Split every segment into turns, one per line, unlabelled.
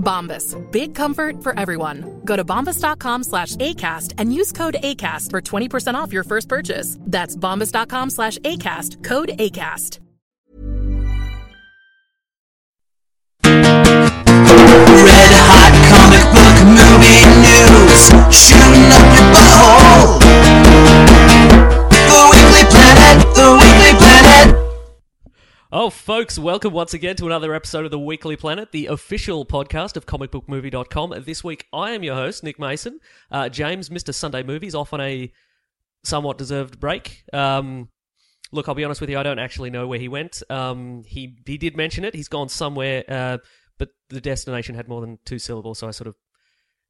Bombas. Big comfort for everyone. Go to bombas.com slash ACAST and use code ACAST for 20% off your first purchase. That's bombas.com slash ACAST. Code ACAST.
Red hot comic book movie news. Shooting up your butthole. The Weekly Planet. The Weekly Planet.
Oh, folks, welcome once again to another episode of the Weekly Planet, the official podcast of comicbookmovie.com. This week, I am your host, Nick Mason. Uh, James, Mr. Sunday Movies, off on a somewhat deserved break. Um, look, I'll be honest with you, I don't actually know where he went. Um, he, he did mention it, he's gone somewhere, uh, but the destination had more than two syllables, so I sort of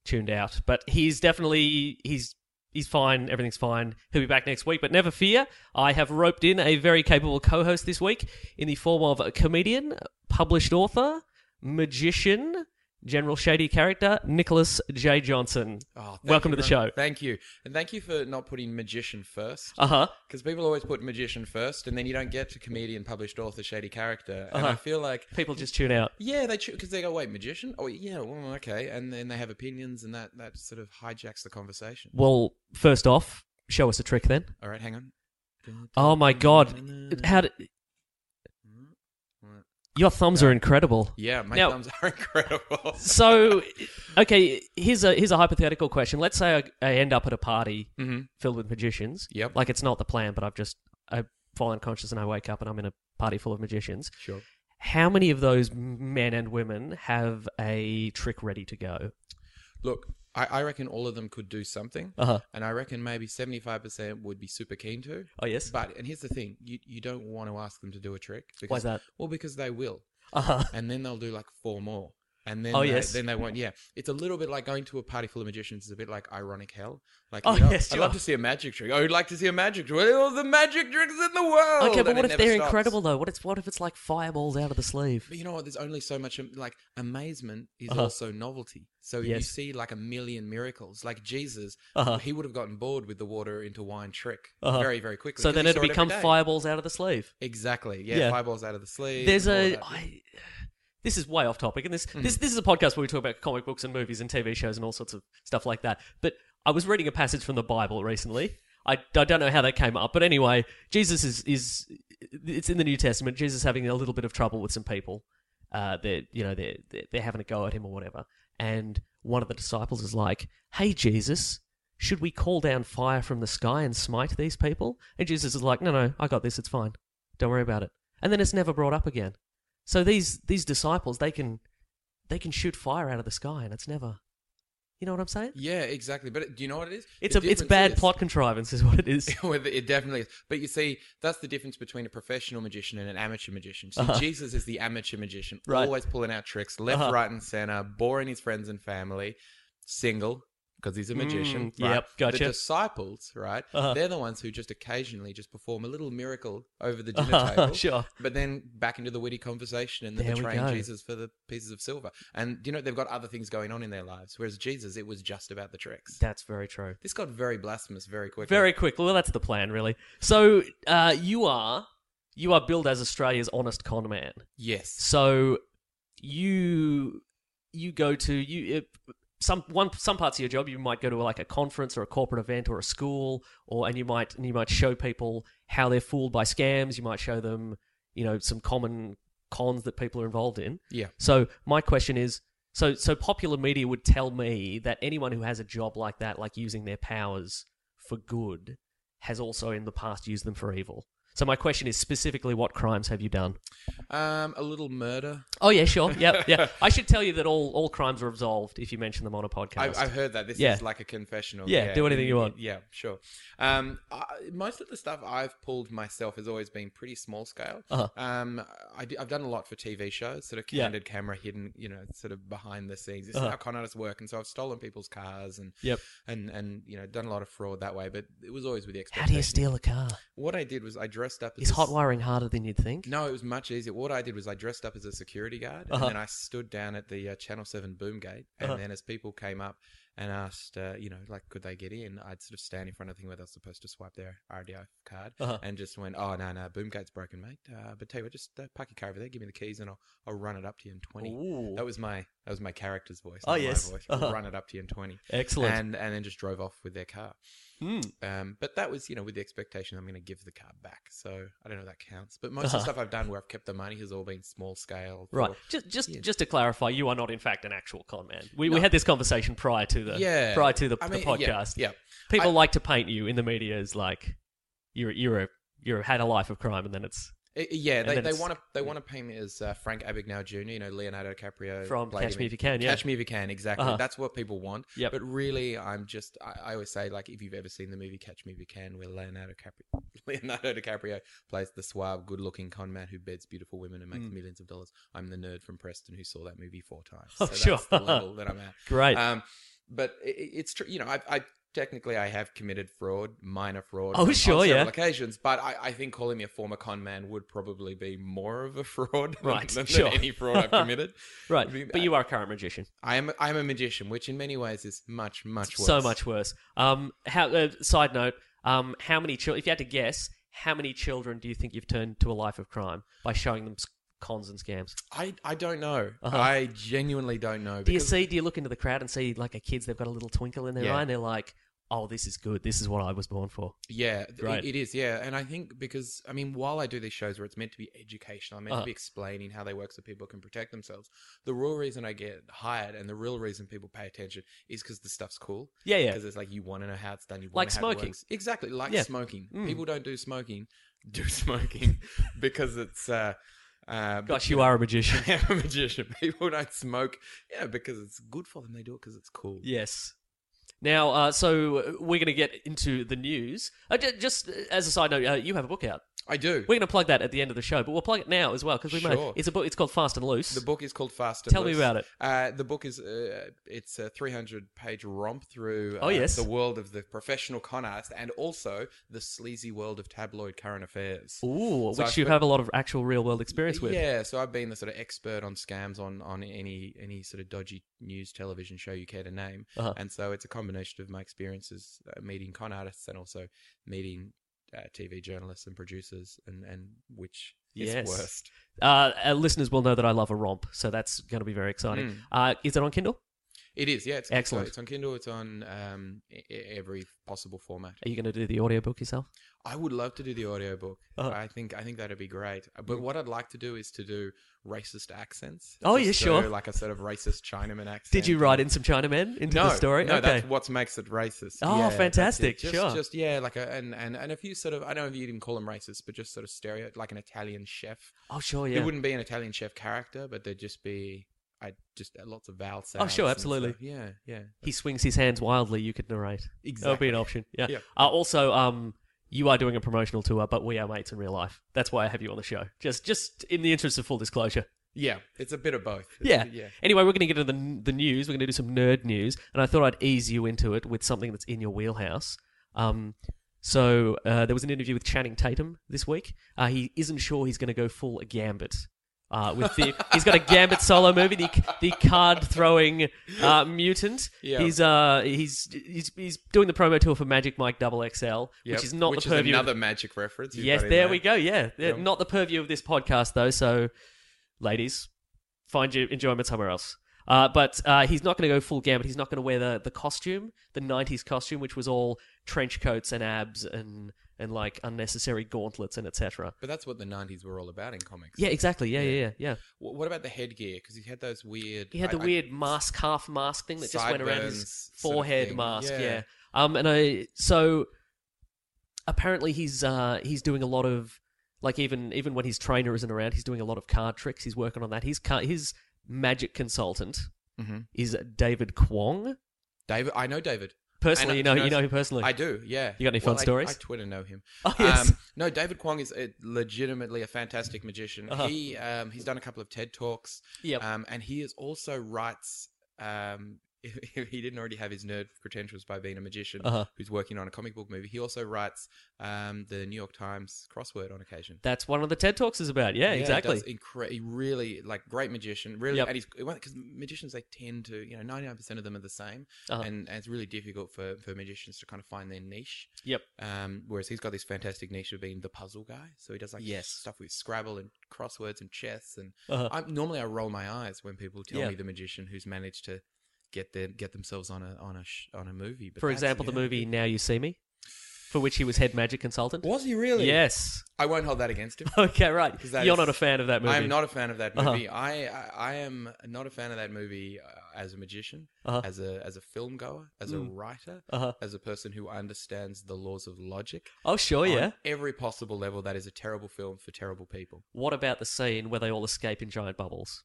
tuned out. But he's definitely he's he's fine. Everything's fine. He'll be back next week. But never fear, I have roped in a very capable co-host this week in the form of a comedian, published author, magician, general shady character Nicholas J Johnson.
Oh, thank
Welcome
you
to the
very
show.
much. Thank you. And thank you for not putting magician first.
Uh huh.
Because people always put magician first, and then you don't get to comedian, published author, shady character. And
Uh-huh.
I feel like,
People just tune out.
yeah, they because they go, wait, magician? Oh, yeah, well, okay. And then they have opinions, and that, that sort of hijacks the conversation.
Well, first off, show us a trick then.
All right, hang on.
Oh my god, how did your thumbs are incredible.
Yeah, my
Now-
thumbs are incredible.
So, okay, here's a here's a hypothetical question. Let's say I, I end up at a party
hmm
filled with magicians.
Yep.
Like it's not the plan, but I've just I fall unconscious and I wake up and I'm in a party full of magicians.
Sure.
How many of those men and women have a trick ready to go?
Look, I, I reckon all of them could do something,
Uh huh.
and I reckon maybe 75% would be super keen to.
Oh yes.
But and here's the thing: you you don't want to ask them to do a trick. Because,
Why's that?
Well, because they will,
Uh huh.
and then they'll do like four more, and then
Oh,
they,
yes.
then they won't. Yeah, it's a little bit like going to a party full of magicians. It's a bit like ironic hell. Like,
Oh,
you know,
yes,
I'd
you
love
are.
to see a magic trick. I would like to see a magic trick. All the magic tricks in the world.
Okay, but what
and Oh, it
if
never
they're
stops.
incredible though? What if what if it's like fireballs out of the sleeve?
But you know what? There's only so much am- like amazement is
Uh-huh.
also novelty. So you
Yes.
see like a million miracles. Like Jesus,
Uh-huh.
he would have gotten bored with the water into wine trick
Uh-huh.
very very quickly.
So
'cause
then
he
it'd
saw it
become
every day.
fireballs out of the sleeve.
Exactly. Yeah,
Yeah.
fireballs out of the sleeve.
There's
and
a.
all that.
I, this is way off topic, and this
Mm.
this this is a podcast where we talk about comic books and movies and TV shows and all sorts of stuff like that. But I was reading a passage from the Bible recently. I, I don't know how that came up, but anyway, Jesus is is it's in the New Testament. Jesus is having a little bit of trouble with some people. Uh, they're you know they're, they're they're having a go at him or whatever. And one of the disciples is like, "Hey Jesus, should we call down fire from the sky and smite these people?" And Jesus is like, "No, no, I got this. It's fine. Don't worry about it." And then it's never brought up again. So these these disciples they can they can shoot fire out of the sky and it's never you know what I'm saying?
yeah, exactly. But it- do you know what it is?
It's
The
a it's
difference
bad
is-
plot contrivance is what it is.
Well, it definitely is. But you see, that's the difference between a professional magician and an amateur magician. So
Uh-huh.
Jesus is the amateur magician,
Right.
always pulling out tricks left,
Uh-huh.
right, and center, boring his friends and family, single because he's a magician.
Mm,
right?
yep, gotcha.
The disciples, right?
Uh-huh.
They're the ones who just occasionally just perform a little miracle over the dinner
Uh-huh,
table.
sure.
But then back into the witty conversation and the
There we
betraying
go.
Jesus for the pieces of silver. And you know they've got other things going on in their lives. Whereas Jesus, it was just about the tricks.
That's very true.
this got very blasphemous very quickly.
Very quick. Well, that's the plan really. So uh, you are you are billed as Australia's honest con man.
yes.
So you you go to you it, some one some parts of your job you might go to like a conference or a corporate event or a school or and you might and you might show people how they're fooled by scams. You might show them you know some common cons that people are involved in.
Yeah.
So my question is, So so popular media would tell me that anyone who has a job like that, like using their powers for good, has also in the past used them for evil. So my question is specifically, what crimes have you done?
Um, a little murder.
Oh yeah, sure, yeah, yeah. I should tell you that all all crimes are absolved if you mention them on a
I,
podcast.
I've heard that. This
Yeah.
is like a confessional.
Yeah, do anything you want.
Yeah, sure. Um, I, most of the stuff I've pulled myself has always been pretty small scale.
Uh-huh.
Um, I, have done a lot for TV shows, sort of
Yeah.
candid camera hidden, you know, sort of behind the scenes. This
Uh-huh.
is how con artists work. And so I've stolen people's cars and,
Yep.
and, and, you know, done a lot of fraud that way. But it was always with the
How
expectation.
do you steal a car?
What I did was I dressed up as
Is
this-
hot wiring harder than you'd think?
No, it was much easier. What I did was I dressed up as a security guard,
Uh-huh.
and then I stood down at the uh, Channel Seven boom gate. And
Uh-huh.
then as people came up and asked, uh, you know, like could they get in, I'd sort of stand in front of the thing where they're supposed to swipe their RDO card,
Uh-huh.
and just went, "Oh no, no, boom gate's broken, mate. Uh, but tell you what, just uh, park your car over there, give me the keys, and I'll I'll run it up to you in 20.
Ooh.
That was my that was my character's voice.
Oh,
not my
yes.
voice. We'll
Uh-huh.
run it up to you in twenty.
Excellent.
And and then just drove off with their car.
Hmm.
Um, but that was, you know, with the expectation I'm going to give the car back. So I don't know if that counts. But most of
Uh-huh.
the stuff I've done where I've kept the money has all been small scale.
Right.
or-
Just just
Yeah.
just to clarify, you are not in fact an actual con man. We, we
No.
had this conversation prior to the
yeah.
prior to the,
I
the
mean, yeah,
podcast.
Yeah.
People
I-
like to paint you in the media as like you're you're a you're had a life of crime and then it's
I- Yeah.
And
They,
then
they
it's-
want to they want to pay me as uh, Frank Abagnale Jr., you know, Leonardo DiCaprio.
from
played
Catch
him
Me
in
If You Can, yeah.
Catch Me If Uh, You Can, exactly.
Uh-huh.
That's what people want.
Yep.
But really, I'm just, I, I always say, like, if you've ever seen the movie Catch Me If You Can, where Leonardo, Capri- Leonardo DiCaprio plays the suave, good looking con man who beds beautiful women and makes
Mm.
millions of dollars, I'm the nerd from Preston who saw that movie four times.
Oh,
that's
sure.
the level that I'm at.
Great.
Um, but i- i it's true, you know, I, I technically I have committed fraud, minor fraud.
Oh,
on- on
sure,
several
yeah.
Occasions, but I, I think calling me a former con man would probably be more of a fraud than-
Right,
than, than
sure.
any fraud I've committed.
right.
I mean, uh,
But you are a current magician.
I am I am a magician, which in many ways is much much worse.
So much worse. Um how uh, side note, um how many children if you had to guess, how many children do you think you've turned to a life of crime by showing them s- cons and scams?
I I don't know.
Uh-huh.
I genuinely don't know.
Do you
because-
see? Do you look into the crowd and see like a kids? They've got a little twinkle in their
Yeah.
eye, and they're like, "Oh, this is good. This is what I was born for."
Yeah, th-
Right.
it is. Yeah, and I think because I mean, while I do these shows where it's meant to be educational, I'm meant
Uh-huh.
to be explaining how they work so people can protect themselves. The real reason I get hired and the real reason people pay attention is because the stuff's cool.
Yeah, yeah.
Because it's like you want to know how it's done. You
Like
want to
smoking.
How it works. Exactly, like
Yeah.
smoking.
Mm.
People don't do smoking. Do smoking because it's. uh uh,
Gosh, you are a magician.
I am a magician. People don't smoke, yeah, because it's good for them. They do it because it's cool.
yes. Now, uh, so uh, we're going to get into the news. Uh, ju- just uh, as a side note, uh, you have a book out.
I do.
We're going to plug that at the end of the show, but we'll plug it now as well because we made
Sure.
it's a book. It's called Fast and Loose.
The book is called Fast. and
Tell me
Loose.
about it.
Uh, the book is uh, it's a 300 page romp through uh,
Oh, yes.
the world of the professional con artist and also the sleazy world of tabloid current affairs.
Ooh,
So
which
I've
you
been-
have a lot of actual real world experience with.
Yeah, so I've been the sort of expert on scams on on any any sort of dodgy news television show you care to name,
Uh-huh.
and so it's a combination of my experiences uh, meeting con artists and also meeting uh, TV journalists and producers, and and which is
Yes.
worst.
Uh, our listeners will know that I love a romp, so that's going to be very exciting.
Mm.
Uh, is it on Kindle?
It is, yeah. It's
Excellent.
so It's on Kindle. It's on um, e- e- every possible format.
Are you going to do the audiobook yourself?
I would love to do the audiobook.
Uh-huh.
I think I think that'd be great. Uh, But what I'd like to do is to do racist accents.
Oh,
Just
yeah,
so,
sure.
Like a sort of racist Chinaman accent.
Did you write in some Chinamen into
no,
the story?
No,
okay.
that's what makes it racist.
Oh,
Yeah, that's it.
fantastic,
Just,
sure.
Just yeah, like a and, and and a few sort of I don't know if you didn't call them racist, but just sort of stereo like an Italian chef.
Oh, sure, yeah.
It wouldn't be an Italian chef character, but there'd just be I just lots of vowel sounds.
Oh, sure,
and
absolutely.
stuff. Yeah, yeah.
He swings his hands wildly. You could narrate. That would be an option. Yeah.
Yeah.
Uh, also, um, you are doing a promotional tour, but we are mates in real life. That's why I have you on the show. Just, just in the interest of full disclosure.
Yeah, it's a bit of both. It's a
Yeah.
bit- yeah.
Anyway, we're going to get into the, the news. We're going to do some nerd news, and I thought I'd ease you into it with something that's in your wheelhouse. Um, so uh, there was an interview with Channing Tatum this week. Uh, he isn't sure he's going to go full gambit. Uh, with the he's got a gambit solo movie, the the card throwing uh, mutant.
Yeah.
He's uh he's he's he's doing the promo tour for Magic Mike Double XL,
Yep,
which is not
which
the purview. of-
another magic reference. you've
yes,
got
there
in
we go. Yeah, Yeah,
Yeah.
not the purview of this podcast though. So, ladies, find your enjoyment somewhere else. Uh, but uh, he's not going to go full gambit. He's not going to wear the, the costume, the '90s costume, which was all trench coats and abs and and like unnecessary gauntlets and etc.
But that's what the '90s were all about in comics.
Yeah, exactly. Yeah, yeah,
Yeah.
yeah, yeah.
Wh- What about the headgear? Because he had those weird.
He had
I-
the
I-
weird mask, half mask thing that just went around his
Sideburns sort of
forehead
thing.
mask. Yeah.
Yeah.
Um, and I so apparently he's uh he's doing a lot of like even even when his trainer isn't around, he's doing a lot of card tricks. He's working on that. His car, his magic consultant
Mhm.
is David Kwong.
David, I know David.
Personally,
I
you know, you
knows-
know him personally.
I do. Yeah.
You got any fun
Well, I-
stories?
I Twitter know him.
Oh, yes.
Um, no, David Kwong is a, legitimately a fantastic magician.
Uh-huh.
He um, he's done a couple of TED talks.
Yep.
Um, and he is also writes. Um, if he didn't already have his nerd credentials by being a magician
Uh-huh.
who's working on a comic book movie. He also writes um, the New York Times crossword on occasion.
That's one of the TED talks is about. Yeah,
he
exactly.
does incre- he really like great magician. Really,
Yep.
and he's because magicians they tend to you know ninety nine percent of them are the same,
Uh-huh.
and, and it's really difficult for for magicians to kind of find their niche.
Yep.
Um, whereas he's got this fantastic niche of being the puzzle guy, so he does like
Yes.
stuff with Scrabble and crosswords and chess. And
Uh-huh.
I normally I roll my eyes when people tell
Yeah.
me the magician who's managed to get them get themselves on a on a sh- on a movie. But
For
that's-
example, the
yeah.
movie Now You See Me, for which he was head magic consultant.
was he really?
Yes.
I won't hold that against him.
Okay, right.
'Cause that
You're
is-
not a fan of that movie.
I am not a fan of that
Uh-huh.
movie. I, I I am not a fan of that movie uh, as a magician,
Uh-huh.
as a as a film goer, as a
Mm.
writer,
Uh-huh.
as a person who understands the laws of logic.
Oh, sure,
On
yeah.
every possible level, that is a terrible film for terrible people.
What about the scene where they all escape in giant bubbles?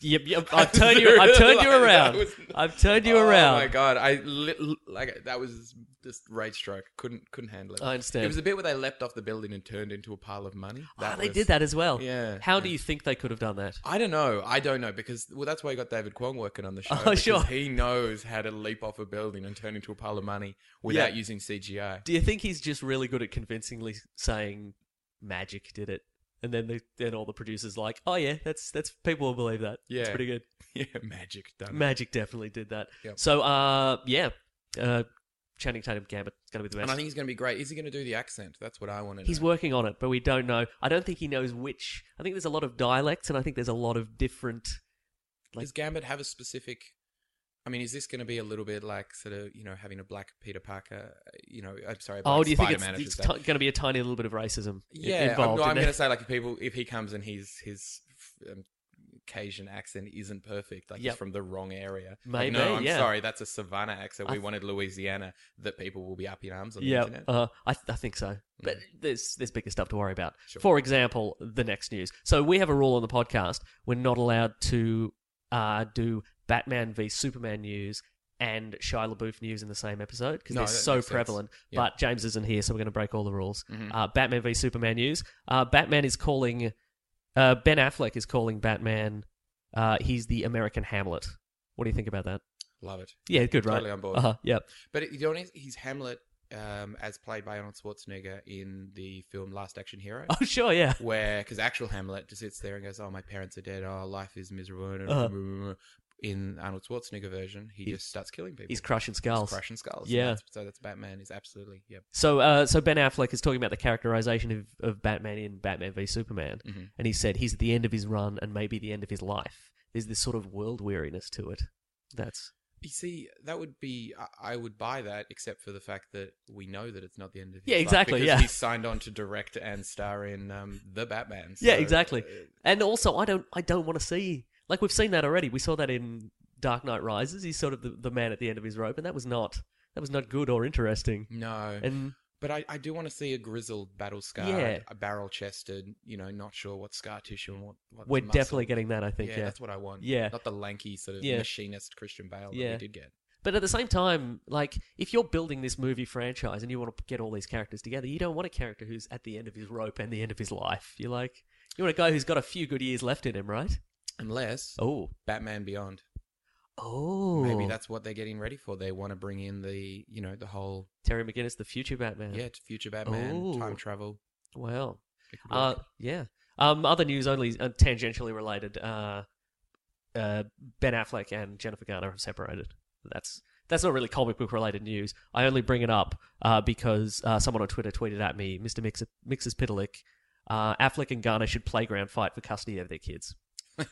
Yep, yep, I've turned you. I've turned you
Like, that
around.
was-
I've turned you
Oh my
around.
god! I li- li- like that was just rage stroke. Couldn't couldn't handle it.
I understand.
It was a bit where they leapt off the building and turned into a pile of money.
Ah, they
was-
did that as well.
Yeah,
How
yeah.
do you think they could have done that?
I don't know. I don't know because well, that's why you got David Kwong working on the show.
Oh,
because
sure.
He knows how to leap off a building and turn into a pile of money without
Yeah.
using CGI.
Do you think he's just really good at convincingly saying magic did it, and then the, then all the producers like, oh yeah, that's that's people will believe that. it's
Yeah.
pretty good.
Yeah, magic done. it.
Magic definitely did that.
Yep.
So, uh, yeah, uh, Channing Tatum Gambit is going to be the best.
and I think he's going to be great. Is he going to do the accent? That's what I want to
He's
know.
working on it, but we don't know. I don't think he knows which. I think there's a lot of dialects, and I think there's a lot of different.
Does Gambit have a specific? I mean, is this going to be a little bit like sort of you know having a black Peter Parker? uh, You know, I'm sorry. a black
oh, do you think it's,
Spider-Man, I should
it's
say.
t- going to be a tiny little bit of racism i-
yeah,
involved?
I'm,
in
going
there?
to say like if people if he comes and he's his um, Cajun accent isn't perfect, like
Yep.
he's from the wrong area.
Maybe,
Like, no, I'm
yeah.
sorry, that's a Savannah accent.
I
We
th-
wanted Louisiana. That people will be up in arms on the
Yeah,
internet. Mm.
uh, I, th- I think so. But there's there's bigger stuff to worry about.
Sure.
For example, the next news. So we have a rule on the podcast: we're not allowed to uh, do Batman v Superman news and Shia LaBeouf news in the same episode because
No,
they're
that
so
makes sense.
prevalent.
Yeah. Mm-hmm.
But James isn't here, so we're going to break all the rules. Uh, Batman v Superman news. Uh, Batman is calling. Uh, ben Affleck is calling Batman. Uh, he's the American Hamlet. What do you think about that?
Love it.
Yeah, good, right?
Totally on board.
Uh-huh, yep.
But it, you know, what it is? he's Hamlet um, as played by Arnold Schwarzenegger in the film Last Action Hero.
Oh, sure, yeah.
where because actual Hamlet just sits there and goes, "Oh, my parents are dead. Oh, life is miserable." and-
Uh-huh.
In Arnold Schwarzenegger version, he,
He-
just starts killing people.
He's crushing skulls.
He's crushing skulls.
Yeah.
Yeah. so that's Batman. Is absolutely. Yep.
So, uh, so Ben Affleck is talking about the characterization of, of Batman in Batman v Superman, and he said he's at the end of his run and maybe the end of his life. There's this sort of world weariness to it. That's
You see, that would be. I- I would buy that, except for the fact that we know that it's not the end of. His
Yeah,
life
exactly,
because
yeah.
He signed on to direct and star in um, the Batman.
yeah,
so,
exactly.
uh,
and also, I don't, I don't want to see like we've seen that already. We saw that in Dark Knight Rises. He's sort of the, the man at the end of his rope, and that was not that was not good or interesting.
no,
And
but I, I do want to see a grizzled, battle scarred,
Yeah.
a barrel chested. You know, not sure what scar tissue and what. what
we're
muscle.
definitely getting that. I think, yeah.
that's what I want.
Yeah.
not the lanky sort of
Yeah.
machinist Christian Bale that
Yeah.
we did get.
But at the same time, like if you're building this movie franchise and you want to get all these characters together, you don't want a character who's at the end of his rope and the end of his life. You like you want a guy who's got a few good years left in him, right?
Unless
Oh,
Batman Beyond.
oh,
Maybe that's what they're getting ready for. They want to bring in the, you know, the whole
Terry McGinnis, the future Batman.
yeah, it's future Batman,
Ooh.
time travel.
Well,
It could
uh,
work.
yeah. Um, other news only uh, tangentially related. Uh, uh, ben Affleck and Jennifer Garner have separated. That's that's not really comic book related news. I only bring it up uh, because uh, someone on Twitter tweeted at me, Mr. Mix- Mixes Piddalick, uh, Affleck and Garner should playground fight for custody of their kids.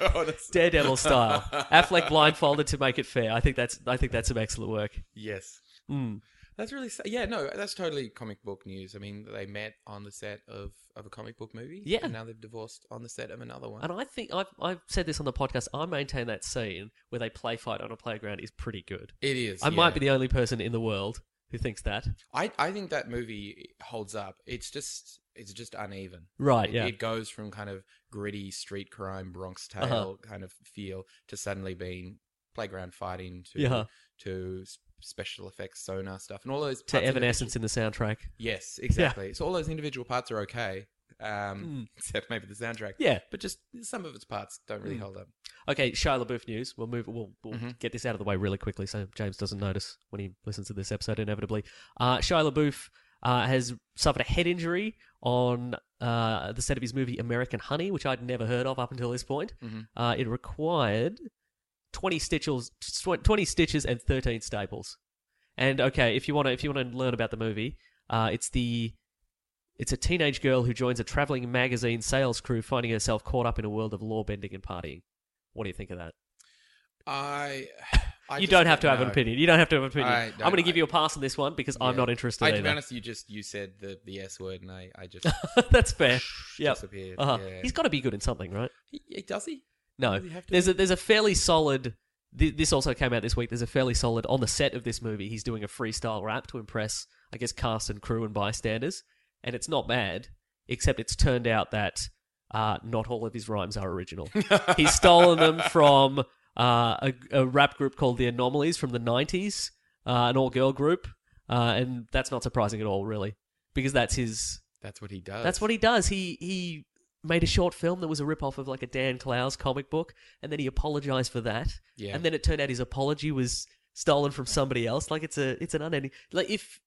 Oh, that's-
Daredevil style. Affleck blindfolded to make it fair. I think that's I think that's some excellent work.
Yes.
Mm.
That's really sa- yeah no that's totally comic book news. I mean they met on the set of, of a comic book movie.
Yeah.
and now they've divorced on the set of another one.
And I think I've I've said this on the podcast. I maintain that scene where they play fight on a playground is pretty good.
it is.
I might
yeah.
be the only person in the world who thinks that.
I I think that movie holds up. It's just it's just uneven.
Right,
It,
yeah.
it goes from kind of gritty street crime Bronx Tale
Uh-huh.
kind of feel to suddenly being playground fighting to
Yeah.
to s- special effects sonar stuff and all those
To
parts of it-
Evanescence in the soundtrack.
Yes, exactly. So all those individual parts are okay, um, except maybe the soundtrack.
Mm. Yeah. Mm.
but just some of its parts don't really hold up.
Okay, Shia LaBeouf news. We'll move. We'll, we'll
Mhm.
get this out of the way really quickly, so James doesn't notice when he listens to this episode. Inevitably, uh, Shia LaBeouf uh, has suffered a head injury on uh, the set of his movie American Honey, which I'd never heard of up until this point.
Mhm.
Uh, it required twenty stitches, tw- twenty stitches, and thirteen staples. And okay, if you want to, if you want to learn about the movie, uh, it's the it's a teenage girl who joins a traveling magazine sales crew, finding herself caught up in a world of law bending and partying. What do you think of that?
I, I
you
just
don't have to have an
know.
opinion. You don't have to have an opinion.
I
I'm
don't-
going to give
I-
you a pass on this one because I'm
Yeah.
not interested
I, to be
either.
honest, you just you said the the S word, and I I just
That's fair. Yep.
disappeared.
Uh-huh.
Yeah.
He's got to be good in something, right?
He- he- does he?
No.
Does he have to
There's
be?
a there's a fairly solid. th- This also came out this week. There's a fairly solid on the set of this movie. He's doing a freestyle rap to impress, I guess, cast and crew and bystanders, and it's not bad. Except it's turned out that uh, not all of his rhymes are original. He's stolen them from uh, a, a rap group called the Anomalies from the '90s, uh, an all-girl group, uh, and that's not surprising at all, really, because that's his
That's what he does.
that's what he does. He he made a short film that was a rip off of like a Dan Clowes comic book, and then he apologized for that.
Yeah.
And then it turned out his apology was stolen from somebody else. Like it's a it's an unending like if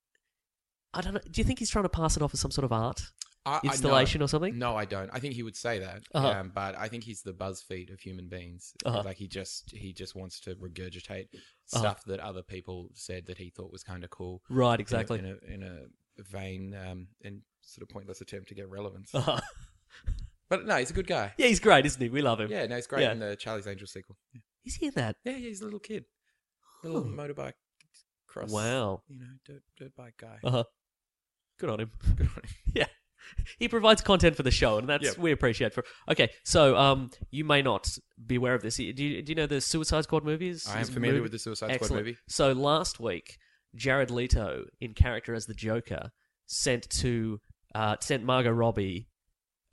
I don't know. Do you think he's trying to pass it off as some sort of art?
I- I- no.
installation or something?
No, I don't. I think he would say that,
Uh-huh.
um, but I think he's the Buzzfeed of human beings.
Uh-huh.
Like he just he just wants to regurgitate stuff that other people said that he thought was kind of cool.
Right,
in a-
exactly.
In a, in a vain um, and sort of pointless attempt to get relevance.
Uh-huh.
But no, he's a good guy.
yeah, he's great, isn't he? We love him.
Yeah, no, he's great
Yeah.
in the Charlie's Angel sequel.
Is he in that?
Yeah, yeah, he's a little kid, little
Huh.
motorbike cross.
Wow.
you know, dirt, dirt bike guy.
Uh huh. Good on him.
Good on him.
yeah. He provides content for the show, and that's
Yep.
we appreciate. For okay, so um, you may not be aware of this. Do you, do you know the Suicide Squad movies?
I am familiar with the Suicide Squad movie.
So last week, Jared Leto, in character as the Joker, sent to uh, sent Margot Robbie,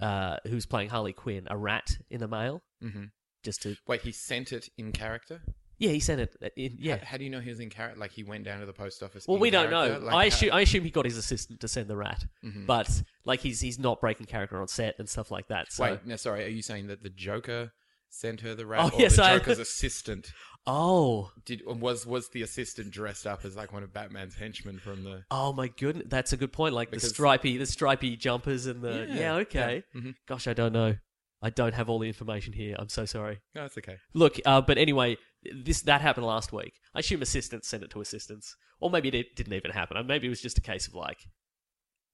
uh, who's playing Harley Quinn, a rat in the mail,
Mhm.
just to
Wait, he sent it in character.
yeah, he sent it. uh, In, yeah,
How, how do you know he was in character? Like he went down to the post office.
Well,
in
we don't
character?
know.
Like,
I
how- Mm-hmm.
assume I assume he got his assistant to send the rat,
Mm.
but like he's he's not breaking character on set and stuff like that. So.
Wait, no, sorry. Are you saying that the Joker sent her the rat,
Oh,
or
yes,
the
I-
Joker's assistant
Oh,
did? Was was the assistant dressed up as like one of Batman's henchmen from the?
oh my goodness, that's a good point. Like the
Because-
stripy, the stripy jumpers and the yeah,
Yeah,
okay.
yeah, mhm.
Gosh, I don't know. I don't have all the information here. I'm so sorry.
No, it's okay.
Look, uh, but anyway, this that happened last week. I assume assistants sent it to assistants, or maybe it didn't even happen. Or Maybe it was just a case of like,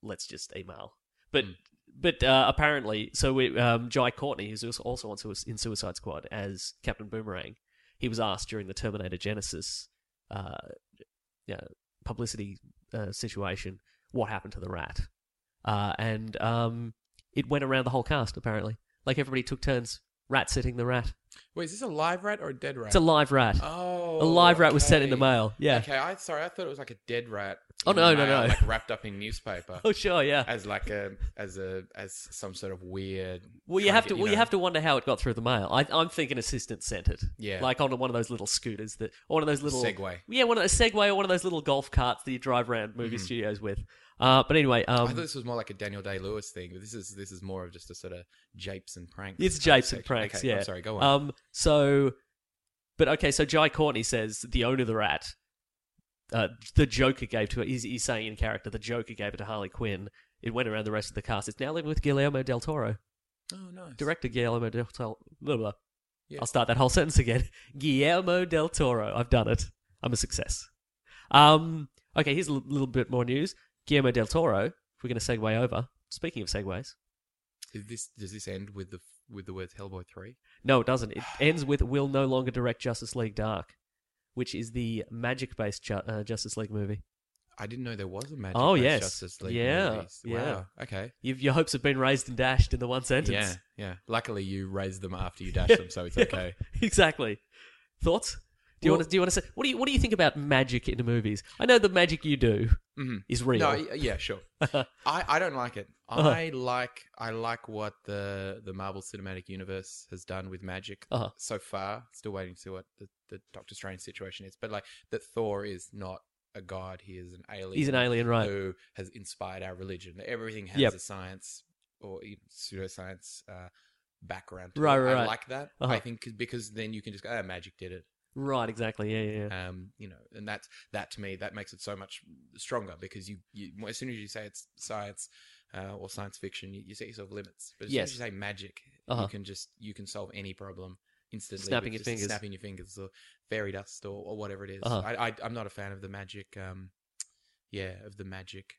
let's just email. But but uh, apparently, so we, um, Jai Courtney, who's also- also on Sui- in Suicide Squad as Captain Boomerang, he was asked during the Terminator Genesis uh, yeah, publicity uh, situation what happened to the rat, uh, and um, it went around the whole cast apparently. Like everybody took turns rat sitting the rat.
Wait, is this a live rat or a dead rat?
It's a live rat.
Oh,
a live rat was sent in the
okay.
mail. Yeah.
Okay, I sorry, I thought it was like a dead rat.
Oh,
in the
no, no,
mail,
no.
Like wrapped up in newspaper
Oh sure, yeah.
as like a as a as some sort of weird.
well, you
trying
have
get-
to. Well, you
know-
have to wonder how it got through the mail. I, I'm thinking assistant sent it.
Yeah.
Like on one of those little scooters that, or one of those little
Segway.
Yeah, one of a Segway or one of those little golf carts that you drive around movie studios with. Uh, but anyway,
Mm-hmm. I thought
um,
this was more like a Daniel Day Lewis thing, but this is this is more of just a sort of japes and pranks.
it's
kind of
japes and
section.
pranks.
Okay,
yeah.
I'm sorry, go on.
Um, so, but okay, so Jai Courtney says the owner of the rat. Uh, the Joker gave to it. He's, he's saying in character, the Joker gave it to Harley Quinn. It went around the rest of the cast. It's now living with Guillermo del Toro.
oh, nice.
Director Guillermo del Toro. Blah, blah.
Yeah.
I'll start that whole sentence again. Guillermo del Toro. I've done it. I'm a success. Um, okay, here's a l- little bit more news. Guillermo del Toro. If we're going to segue over. Speaking of segues,
Is this does this end with the with the words Hellboy three?
no, it doesn't. It ends with "Will no longer direct Justice League Dark," which is the magic-based ju- uh, Justice League movie.
I didn't know there was a Magic
Oh,
Place
yes.
Justice League
Yeah,
release. Wow.
yeah.
Okay.
You've, your hopes have been raised and dashed in the one sentence.
Yeah, yeah. Luckily, you raised them after you dashed them, so it's okay.
exactly. Thoughts? Do you
Well-
want to? Do you want to say what do you What do you think about magic in the movies? I know the magic you do
Mhm.
is real.
No, y- yeah, sure.
Uh-huh.
I, I don't like it. I like I like what the the Marvel Cinematic Universe has done with magic
Uh-huh.
so far. Still waiting to see what the, the Doctor Strange situation is, but like that Thor is not a god; he is an alien.
He's an alien, right?
who has inspired our religion. Everything has
Yep.
a science or you know, pseudoscience uh, background. to
Right,
it.
right,
I
right.
like that.
Uh-huh.
I think 'cause- because then you can just go, "Ah, magic did it."
Right. Exactly. Yeah. Yeah. yeah.
um, you know, and that's that to me that makes it so much stronger because you, you as soon as you say it's science uh, or science fiction, you, you set yourself limits. But as
Yes.
soon as you say magic,
Uh-huh.
you can just you can solve any problem instantly. with
Snapping your
just
fingers.
snapping your fingers, or fairy dust, or, or whatever it is.
Uh-huh.
I, I, I'm not a fan of the magic. Um, yeah, of the magic.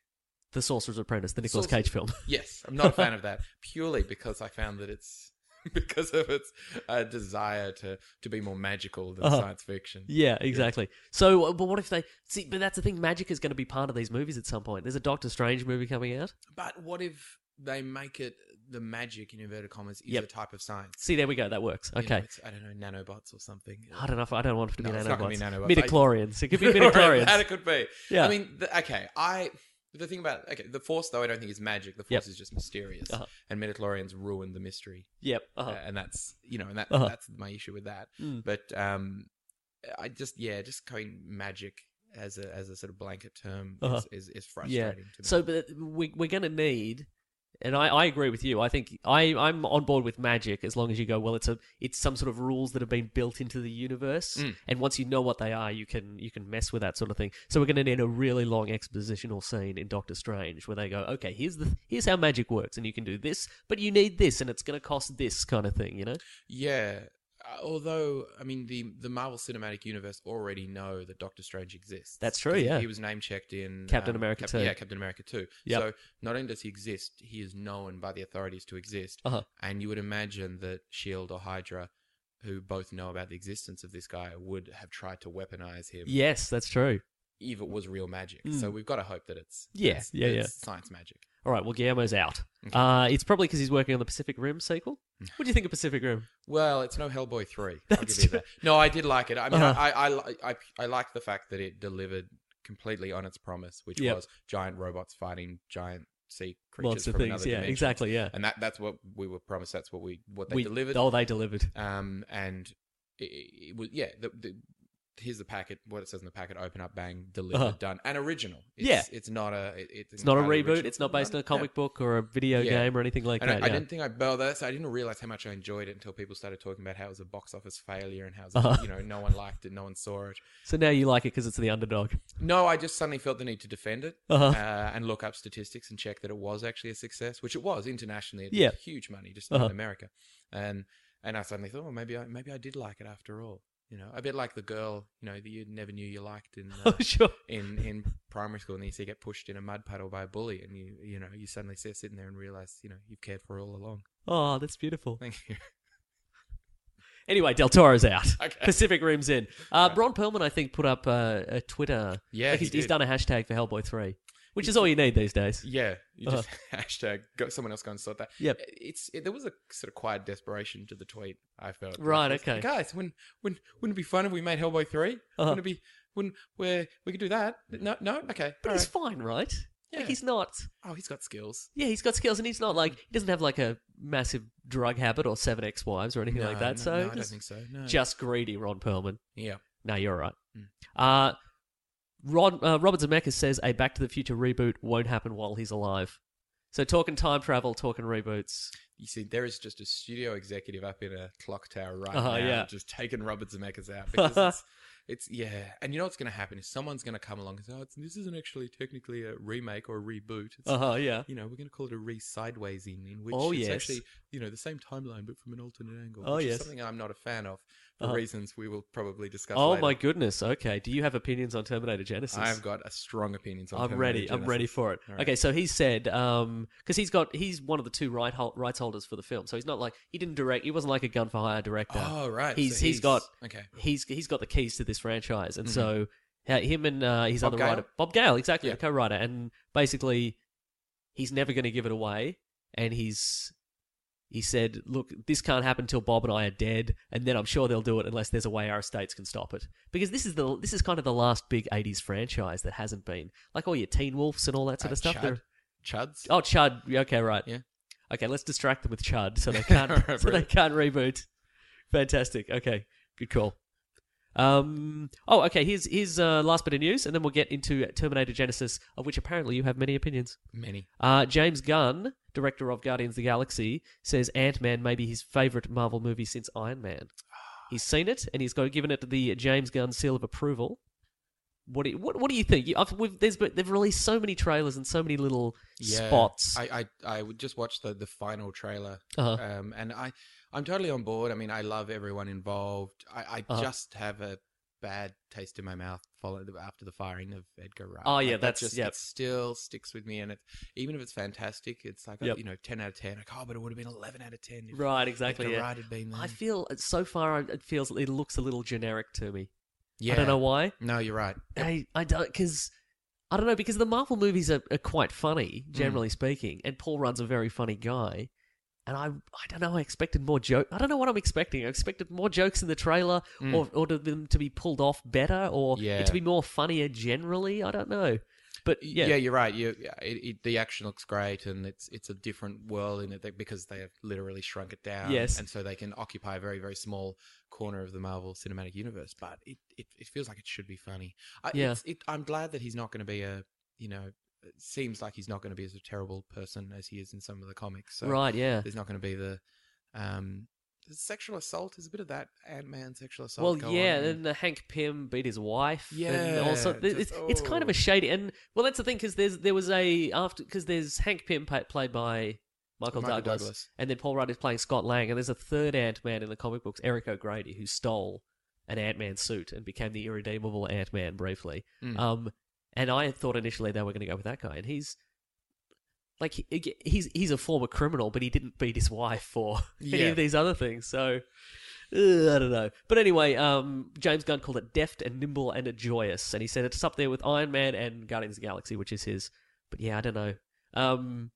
The Sorcerer's Apprentice, the Nicolas
Sorcer-
Cage film.
Yes, I'm not a fan of that purely because I found that it's because of its uh, desire to to be more magical than
Uh-huh.
science fiction.
Yeah, exactly. So, uh, but what if they see? But that's the thing. Magic is going to be part of these movies at some point. There's a Doctor Strange movie coming out.
But what if they make it the magic in inverted commas is
Yep.
a type of science?
See, there we go. That works.
You know,
Okay.
it's, I don't know nanobots or something.
I don't know. If, I don't want it to be
No, it's not gonna
nanobots.
be nanobots.
Midichlorians. It could be
that
midichlorians.
it could be.
Yeah.
I mean, the, okay. I the thing about okay, the force though I don't think is magic. The
Yep.
force is just mysterious,
Uh-huh.
and midichlorians ruined the mystery,
yep.
Uh,
Uh-huh.
and that's you know, and that
Uh-huh.
that's my issue with that.
Mm.
But um, I just yeah, just going magic as a as a sort of blanket term
Uh-huh.
is, is is
Yeah.
frustrating to me.
So, but we, we're going to need. And I, I agree with you. I think I, I'm on board with magic as long as you go, well, it's a it's some sort of rules that have been built into the universe.
Mm.
And once you know what they are, you can you can mess with that sort of thing. So we're gonna need a really long expositional scene in Doctor Strange where they go, Okay, here's the here's how magic works and you can do this, but you need this and it's gonna cost this kind of thing, you know?
Yeah. Uh, Although, I mean, the the Marvel Cinematic Universe already know that Doctor Strange exists.
That's true,
'Cause he-
yeah.
He was name checked in um,
Captain America 2.
Yeah, Captain America Two.
Yep.
So not only does he exist, he is known by the authorities to exist.
Uh-huh.
And you would imagine that Shield E or Hydra, who both know about the existence of this guy, would have tried to weaponize him
Yes, that's true.
if it was real magic.
Mm.
So we've got to hope that it's
Yeah,
it's-
yeah, yeah.
it's science magic.
All right, well Guillermo's out. Uh, it's probably because he's working on the Pacific Rim sequel.
Hmm.
What do you think of Pacific Rim?
Well, it's no Hellboy three. I'll
That's
give you
true.
that. No, I did like it. I mean,
Uh-huh.
I I, I I I like the fact that it delivered completely on its promise, which
Yep.
was giant robots fighting giant sea creatures
Monster
from
things,
another
yeah,
dimension.
exactly, yeah.
And that that's what we were promised. That's what we what they
We-
delivered.
Oh, they delivered.
Um, and it, it was yeah. The, the, here's the packet. What it says in the packet: open up, bang, delivered,
Uh-huh.
done, and original. It's,
Yeah.
it's not a. It,
It's not a
entirely
reboot.
original.
It's not based on a
No.
comic book or a video
Yeah.
game or anything like
And I,
that.
I
yeah.
didn't think I well, that's I didn't realize how much I enjoyed it until people started talking about how it was a box office failure and how it's,
Uh-huh.
you know no one liked it, no one saw it.
So now you like it because it's the underdog.
No, I just suddenly felt the need to defend it
Uh-huh.
uh, and look up statistics and check that it was actually a success, which it was internationally. It
Yeah.
did huge money just not
Uh-huh.
in America, and and I suddenly thought, well, maybe I maybe I did like it after all. You know, a bit like the girl, you know, that you never knew you liked in uh,
Oh, sure.
in in primary school, and then you see get pushed in a mud puddle by a bully, and you you know you suddenly sit sitting there and realize you know you've cared for her all along.
Oh, that's beautiful.
Thank you.
Anyway, Del Toro's out.
Okay.
Pacific Rim's in. Uh, Ron Perlman, I think, put up uh, a Twitter.
Yeah,
like
he
he's, he's
did.
done a hashtag for Hellboy 3, which is all you need these days.
Yeah, you
Uh-huh.
just hashtag go, someone else go and sort that.
Yep.
it's it, there was a sort of quiet desperation to the tweet. I felt
Right,
It was like,
okay.
guys, wouldn't wouldn't wouldn't it be fun if we made Hellboy 3
Uh-huh.
Wouldn't it be? Wouldn't we? We could do that? No, no, okay.
But
all
he's
right.
fine, right?
Yeah.
Like he's not.
oh, he's got skills.
Yeah, he's got skills, and he's not like he doesn't have like a massive drug habit or seven ex-wives or anything
No,
like that.
no,
so
no, I don't
he's
think so. No.
just greedy, Ron Perlman.
yeah,
No, you're right.
Mm.
Uh, Rod, uh, Robert Zemeckis says a Back to the Future reboot won't happen while he's alive. So talking time travel, talking reboots.
you see, there is just a studio executive up in a clock tower right
Uh-huh,
now,
yeah.
just taking Robert Zemeckis out because it's. It's yeah, and you know what's going to happen is someone's going to come along and say, "Oh, it's, this isn't actually technically a remake or a reboot. It's
Uh huh. Yeah.
you know, we're going to call it a re sideways in, in which
Oh,
it's
yes.
actually, you know, the same timeline but from an alternate angle.
Oh,
which
yes.
Is something I'm not a fan of for
Uh-huh.
reasons we will probably discuss.
Oh
later.
my goodness. Okay. Do you have opinions on Terminator Genesis?
I've got a strong opinion on
I'm ready. I'm ready for it. Okay, so he said because he's got he's one of the two right hol- rights holders for the film, so he's not like he didn't direct. He wasn't like a gun for hire director.
Oh, right. so
He's he's got
Okay.
he's he's got the keys to this franchise, and so Uh, him and uh, his
Mm-hmm. Bob
other
Gale?
writer, Bob Gale, exactly,
Yeah.
a co-writer, and basically, he's never going to give it away, and he's he said, "Look, this can't happen till Bob and I are dead, and then I'm sure they'll do it unless there's a way our estates can stop it." Because this is the this is kind of the last big '80s franchise that hasn't been like all your Teen Wolves and all that sort
Uh,
of stuff.
Chud.
they're-
Chuds.
Oh, Chud. Yeah, Okay, right.
Yeah.
Okay, let's distract them with Chud so they can't so they
Brilliant.
can't reboot. Fantastic. Okay, good call. Um. Oh, okay. Here's here's uh, last bit of news, and then we'll get into Terminator Genesis, of which apparently you have many opinions.
Many.
Uh, James Gunn, director of Guardians of the Galaxy, says Ant Man may be his favorite Marvel movie since Iron Man. He's seen it, and he's got given it the James Gunn seal of approval. What do you, what, what do you think? You, I've, we've, there's been, they've released so many trailers and so many little spots.
I, I I would just watch the the final trailer,
Uh-huh.
um, and I I'm totally on board. I mean, I love everyone involved. I, I
Uh-huh.
just have a bad taste in my mouth following the, after the firing of Edgar Wright.
Oh, yeah,
Like, that
that's-
just
yeah.
it still sticks with me, and it even if it's fantastic, it's like
Yep.
a, you know ten out of ten. Like oh, but it would have been eleven out of ten. If
right, exactly.
Edgar
Yeah.
Wright had been there.
I feel uh, so far it feels it looks a little generic to me.
yeah.
I don't know why.
No, you're right.
I I don't because I don't know because the Marvel movies are, are quite funny
Mm.
generally speaking, and Paul Rudd's a very funny guy. And I, I don't know. I expected more joke. I don't know what I'm expecting. I expected more jokes in the trailer,
Mm.
or or to them to be pulled off better, or
Yeah.
it to be more funnier generally. I don't know. But yeah,
yeah, you're right. You, yeah, it, it, the action looks great, and it's it's a different world in it that- because they have literally shrunk it down.
Yes.
and so they can occupy a very very small corner of the Marvel Cinematic Universe. But it it, it feels like it should be funny. I,
Yeah.
it's, it, I'm glad that he's not going to be a you know. It seems like he's not going to be as a terrible person as he is in some of the comics. So
right, yeah.
There's not going to be the um, the sexual assault. There's a bit of that Ant Man sexual assault.
Well,
go
yeah,
on.
and uh, Hank Pym beat his wife. and
Yeah,
also th- it's,
just-
it's kind of a
oh.
shady. And well, that's the thing because there's there was a after because there's Hank Pym pa- played by Michael,
Michael
Douglas,
Douglas.
and then Paul Rudd is playing Scott Lang, and there's a third Ant Man in the comic books, Eric O'Grady, who stole an Ant Man suit and became the irredeemable Ant Man briefly.
Mm.
Um, and I had thought initially they were going to go with that guy, and he's. Like he, he's he's a former criminal, but he didn't beat his wife or any
Yeah.
of these other things. So Ugh, I don't know. But anyway, um, James Gunn called it deft and nimble and a joyous, and he said it's up there with Iron Man and Guardians of the Galaxy, which is his. But yeah, I don't know. Um,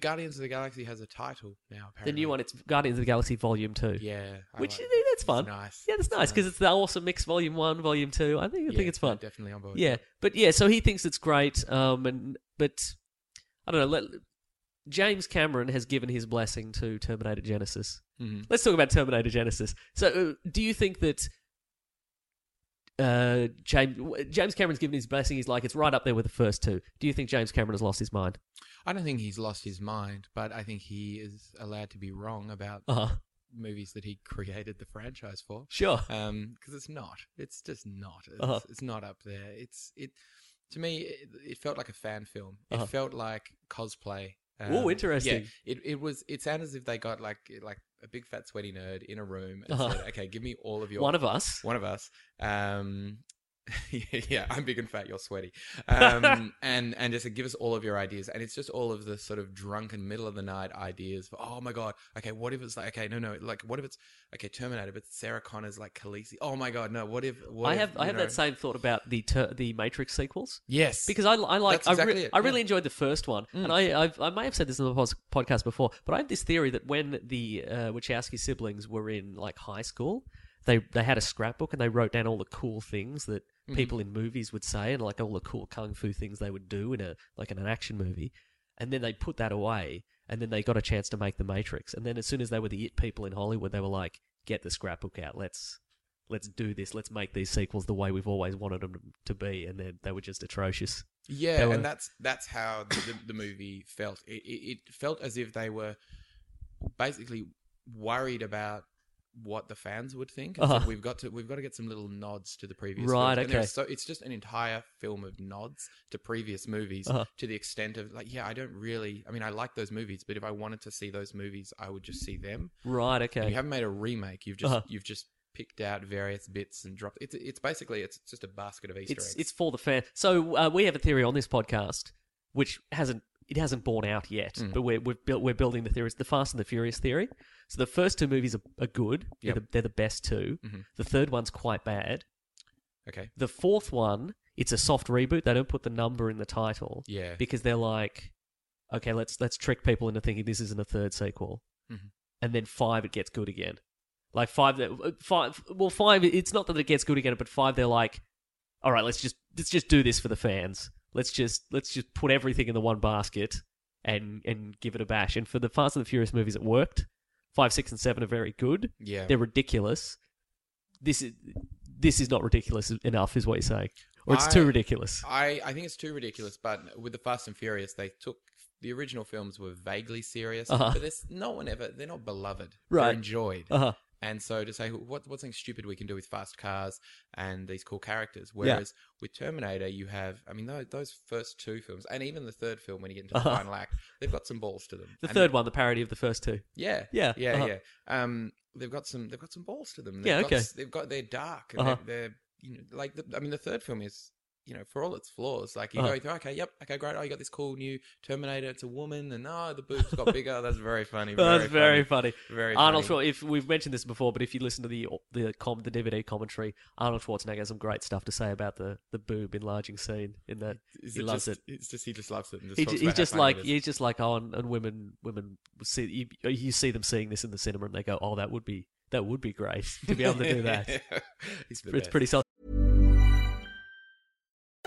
Guardians of the Galaxy has a title now.
the
Apparently.
new one, it's Guardians of the Galaxy Volume Two.
Yeah, I
Which,
like-
yeah, that's fun.
Nice.
yeah, that's nice because it's the awesome mix, Volume One, Volume Two. I think I think it's fun.
Definitely on board.
Yeah, but yeah, so he thinks it's great. Um, and but I don't know. Let, James Cameron has given his blessing to Terminator Genesis.
Mhm.
Let's talk about Terminator Genesis. So, uh, do you think that uh, James w- James Cameron's given his blessing? He's like it's right up there with the first two. Do you think James Cameron has lost his mind?
I don't think he's lost his mind, but I think he is allowed to be wrong about
Uh huh.
movies that he created the franchise for.
Sure.
Um, because it's not. It's just not. It's,
Uh-huh.
it's not up there. It's it. To me, it, it felt like a fan film.
Uh-huh.
It felt like cosplay.
Ooh, interesting.
Um, Yeah, it it was. It sounded as if they got like like a big fat sweaty nerd in a room and
Uh-huh.
said, "Okay, give me all of your
One of us.
one of us. Um, yeah, I'm big and fat. You're sweaty. Um, and and just give us all of your ideas. And it's just all of the sort of drunken middle of the night ideas. For, oh my god. Okay, what if it's like okay, no, no, like what if it's okay, Terminator, but Sarah Connor's like Khaleesi. Oh my god, no. What if? What
I
if,
have I
you
have
know-
that same thought about the ter- the Matrix sequels.
Yes,
because I, I like
That's
I,
exactly
re-
it,
I really
yeah. Mm.
enjoyed the first one, and I I've, I may have said this in the pos- podcast before, but I have this theory that when the uh, Wachowski siblings were in like high school, they they had a scrapbook and they wrote down all the cool things that
Mm-hmm.
people in movies would say and like all the cool kung fu things they would do in a like in an action movie, and then they put that away, and then they got a chance to make the Matrix, and then as soon as they were the it people in Hollywood, they were like, get the scrapbook out, let's let's do this. Let's make these sequels the way we've always wanted them to be, and then they were just atrocious.
Yeah,
They were-
and that's that's how the, the movie felt. It, it, it felt as if they were basically worried about what the fans would think. And so
Uh-huh.
we've got to we've got to get some little nods to the previous
Right,
films. And there are
okay.
So it's just an entire film of nods to previous movies
Uh-huh.
to the extent of like, yeah, I don't really. I mean, I like those movies, but if I wanted to see those movies, I would just see them.
Right.
And
Okay.
you haven't made a remake. You've just
Uh-huh.
you've just picked out various bits and dropped. It's it's basically it's just a basket of Easter
it's
eggs.
it's for the fan. So uh, we have a theory on this podcast, which hasn't it hasn't borne out yet,
Mm.
but we're we're, built, we're building the theory. It's the Fast and the Furious theory. So the first two movies are, are good. They're,
Yep.
the, they're the best 2
Mhm.
The third one's quite bad.
Okay.
The fourth one, it's a soft reboot. They don't put the number in the title
Yeah.
because they're like, okay, let's let's trick people into thinking this isn't a third sequel,
Mhm.
and then five it gets good again. Like five, uh, five. Well, five. It's not that it gets good again, but five. They're like, all right, let's just let's just do this for the fans. Let's just let's just put everything in the one basket and and give it a bash. And for the Fast and the Furious movies, it worked. Five, six, and seven are very good.
yeah.
They're ridiculous. This is this is not ridiculous enough, is what you're saying, or it's
I-
too ridiculous.
I, I think it's too ridiculous, but with the Fast and Furious, they took the original films were vaguely serious,
Uh-huh.
but there's no one ever. They're not beloved.
Right.
They're enjoyed.
Uh huh.
And so to say, what, what's something stupid we can do with fast cars and these cool characters? Whereas with Terminator, you have, I mean, those, those first two films, and even the third film, when you get into the
Uh-huh.
final act, they've got some balls to them.
The
And
third one, the parody of the first two.
yeah,
Yeah,
yeah,
uh-huh.
yeah. Um, they've got some, they've got some balls to them. They've
Yeah,
got,
okay.
They've got they're dark. And
Uh-huh.
they're, they're, you know, like the, I mean, the third film is, you know, for all its flaws, like you
Uh-huh.
go through, okay, yep, okay, great. Oh, you got this cool new Terminator. It's a woman, and oh, the boobs got bigger. That's very funny. Very
Oh, That's very funny.
Very
Arnold
funny.
Schwarzenegger. If we've mentioned this before, but if you listen to the the com the DVD commentary, Arnold Schwarzenegger has some great stuff to say about the the boob enlarging scene. In that
Is
he loves
just,
it.
It's just he just loves it. And just
He,
talks
ju-
about
he's
how
just
funny
like
it is.
he's just like oh, and, and women women see you, you see them seeing this in the cinema and they go, oh, that would be that would be great to be able to do that.
He's the
it's
best.
pretty solid.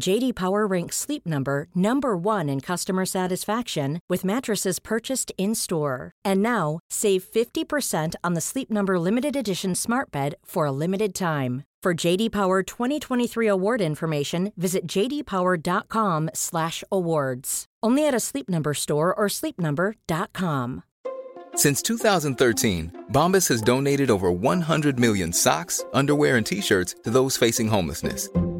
JD Power ranks Sleep Number number 1 in customer satisfaction with mattresses purchased in-store. And now, save 50% on the Sleep Number limited edition Smart Bed for a limited time. For JD Power 2023 award information, visit jdpower.com/awards. Only at a Sleep Number store or sleepnumber.com.
Since 2013, Bombas has donated over 100 million socks, underwear, and t shirts to those facing homelessness.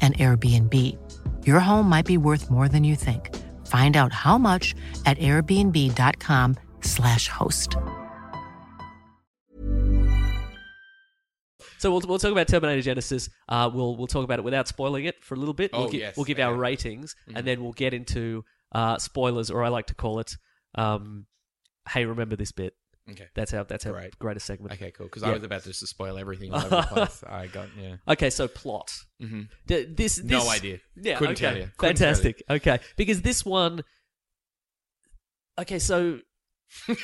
an Airbnb. Your home might be worth more than you think. Find out how much at airbnb.com/slash host.
So we'll, we'll talk about Terminator Genesis. Uh, we'll we'll talk about it without spoiling it for a little bit. we'll,
Oh,
gi-
yes,
we'll give our
okay. Mm-hmm.
ratings, and then we'll get into uh, spoilers, or I like to call it, um, "Hey, remember this bit."
Okay.
That's our that's our
Great.
greatest segment.
Okay, cool. Because
Yeah.
I was about to just spoil everything all over the place. I got yeah.
Okay, so plot.
Mm-hmm.
D- this, this
No idea.
Yeah,
Couldn't
okay.
tell you. Couldn't tell you.
Fantastic. Okay, because this one. Okay, so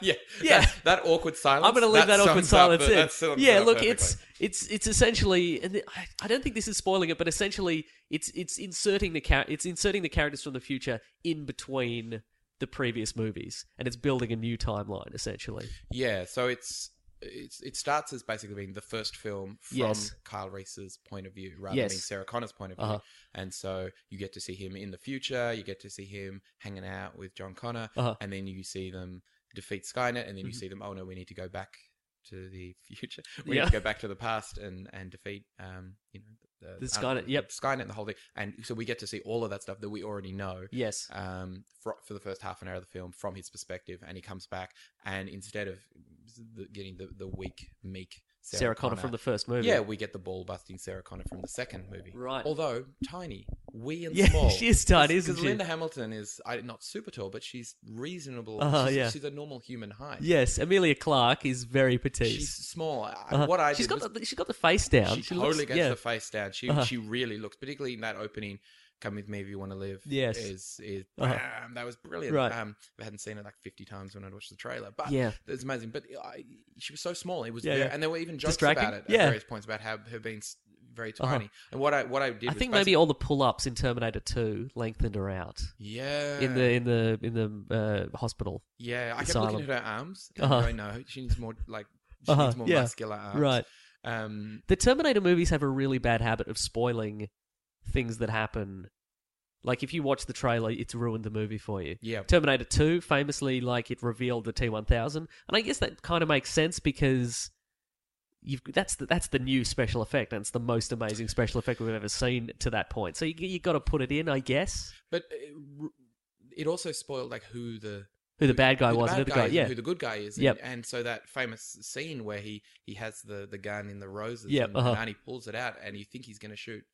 yeah,
Yeah.
That, that awkward silence.
I'm going to leave that, awkward
sums up
silence
the-
in.
that sums it
yeah,
up
look, it's
perfectly.
it's it's essentially, and I, I don't think this is spoiling it, but essentially, it's it's inserting the char- it's inserting the characters from the future in between the previous movies, and it's building a new timeline essentially.
yeah. So it's. It's, it starts as basically being the first film from
Yes.
Kyle Reese's point of view rather
Yes.
than Sarah Connor's point of view.
Uh-huh.
And so you get to see him in the future, you get to see him hanging out with John Connor,
Uh-huh.
and then you see them defeat Skynet, and then you
Mhm.
see them, oh no, we need to go back to the future. We
Yeah.
need to go back to the past and, and defeat um, you know, the
The
I don't know,
Skynet, yep.
Skynet, and the whole thing. And so we get to see all of that stuff that we already know
Yes.
um, for, for the first half an hour of the film from his perspective, and he comes back, and instead of the, getting the, the weak, meek
Sarah, Connor, from the first movie.
yeah, we get the ball busting Sarah Connor from the second movie,
Right.
Although tiny, wee and
Yeah,
small,
she is tiny,
Because-
isn't
because
she?
Linda Hamilton is I, not super tall, but she's reasonable.
Uh-huh,
she's,
yeah.
she's a normal human height.
Yes, Amelia Clark is very petite.
she's small. I-
Uh-huh.
What I
she's
did
got
was-
the, she's got the face down.
she,
looks-
totally gets
yeah.
the face down. She
Uh-huh.
she really looks, particularly in that opening. Come with me if you want to live.
Yes.
is is
Uh-huh.
bam, that was brilliant.
Right.
Um, I hadn't seen it like fifty times when I'd watched the trailer, but
Yeah.
it's amazing. But I, she was so small. It was,
Yeah,
very-
yeah.
and there were even jokes
Distracting?
about it
Yeah.
at various points about how her being s- very
Uh-huh.
tiny. And what I what I did,
I
was
think maybe
basic-
all the pull-ups in Terminator 2 lengthened her out
yeah
in the in the in the uh, hospital.
yeah. I kept
asylum.
looking at her arms. And
Uh-huh.
going, no, she needs more like she
Uh-huh,
needs more
yeah.
muscular arms.
Right.
Um.
The Terminator movies have a really bad habit of spoiling things that happen. Like if you watch the trailer, it's ruined the movie for you.
Yeah.
Terminator 2 famously like it revealed the T1000, and I guess that kind of makes sense because you've that's the, that's the new special effect and it's the most amazing special effect we've ever seen to that point. So you you got to put it in, I guess.
But it, it also spoiled like who the
Who the bad guy
who
was, and who
bad
the
guy
guy,
is and
yeah.
who the good guy is.
Yep.
And, and so that famous scene where he he has the the gun in the roses.
Yep,
and,
uh-huh.
and he pulls it out, and you think he's going to shoot.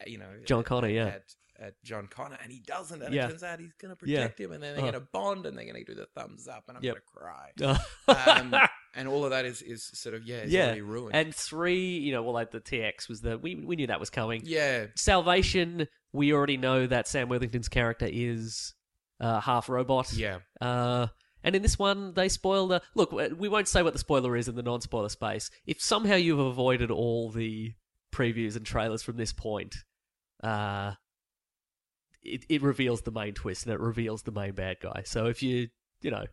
uh, You know,
John
at-
Connor,
at-
yeah.
At, at John Connor, and he doesn't, and
Yeah.
it turns out he's going to
Yeah.
protect him, and then they're
Uh-huh.
going to bond, and they're going to do the thumbs up, and I'm
Yep.
going to
Uh,
cry. um, and all of that is is sort of yeah, it's already ruined.
And three, you know, well, like the TX was the we we knew that was coming.
yeah,
Salvation, we already know that Sam Worthington's character is uh, half robot.
yeah,
Uh, and in this one, they spoil the look. We won't say what the spoiler is in the non-spoiler space. If somehow you've avoided all the previews and trailers from this point, uh, it it reveals the main twist and it reveals the main bad guy. So if you you know,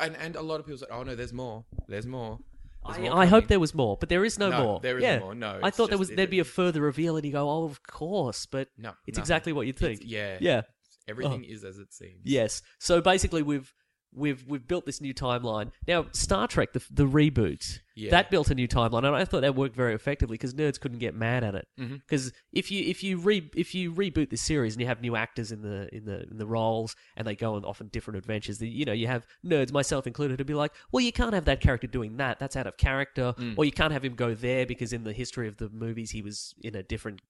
and and a lot of people say, oh no, there's more, there's more. There's
I,
more
I hope
coming."
there was more, but there is no,
No,
more.
there isn't
yeah.
more, no,
I
it's
thought there
just-
was
it-
there'd be a
it-
further reveal, and you go, "Oh, of course," but
No,
it's
nothing.
exactly what you
It's-
think.
yeah.
yeah, Uh-huh.
Everything is as it seems.
yes. So basically, we've we've we've built this new timeline. Now, Star Trek, the the reboot,
Yeah.
that built a new timeline, and I thought that worked very effectively because nerds couldn't get mad at it. Because if you if you re if you reboot this series and you have new actors in the in the in the roles and they go on often different adventures, the, you know you have nerds, myself included, who be like, well, you can't have that character doing that. That's out of character, or you can't have him go there because in the history of the movies he was in a different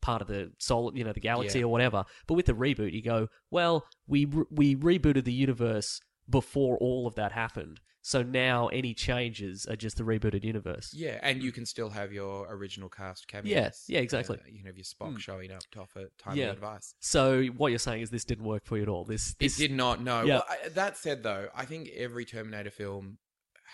part of the solar, you know, the galaxy
Yeah.
or whatever. But with the reboot, you go, well, we re- we rebooted the universe before all of that happened, so now any changes are just the rebooted universe.
Yeah, and you can still have your original cast cameos.
Mm. yeah, exactly. Mm.
Uh, you know, if your Spock showing up to offer timely
Yeah.
advice.
So what you're saying is this didn't work for you at all. This,
It
this
did not. No.
Yeah.
Well, I, that said, though, I think every Terminator film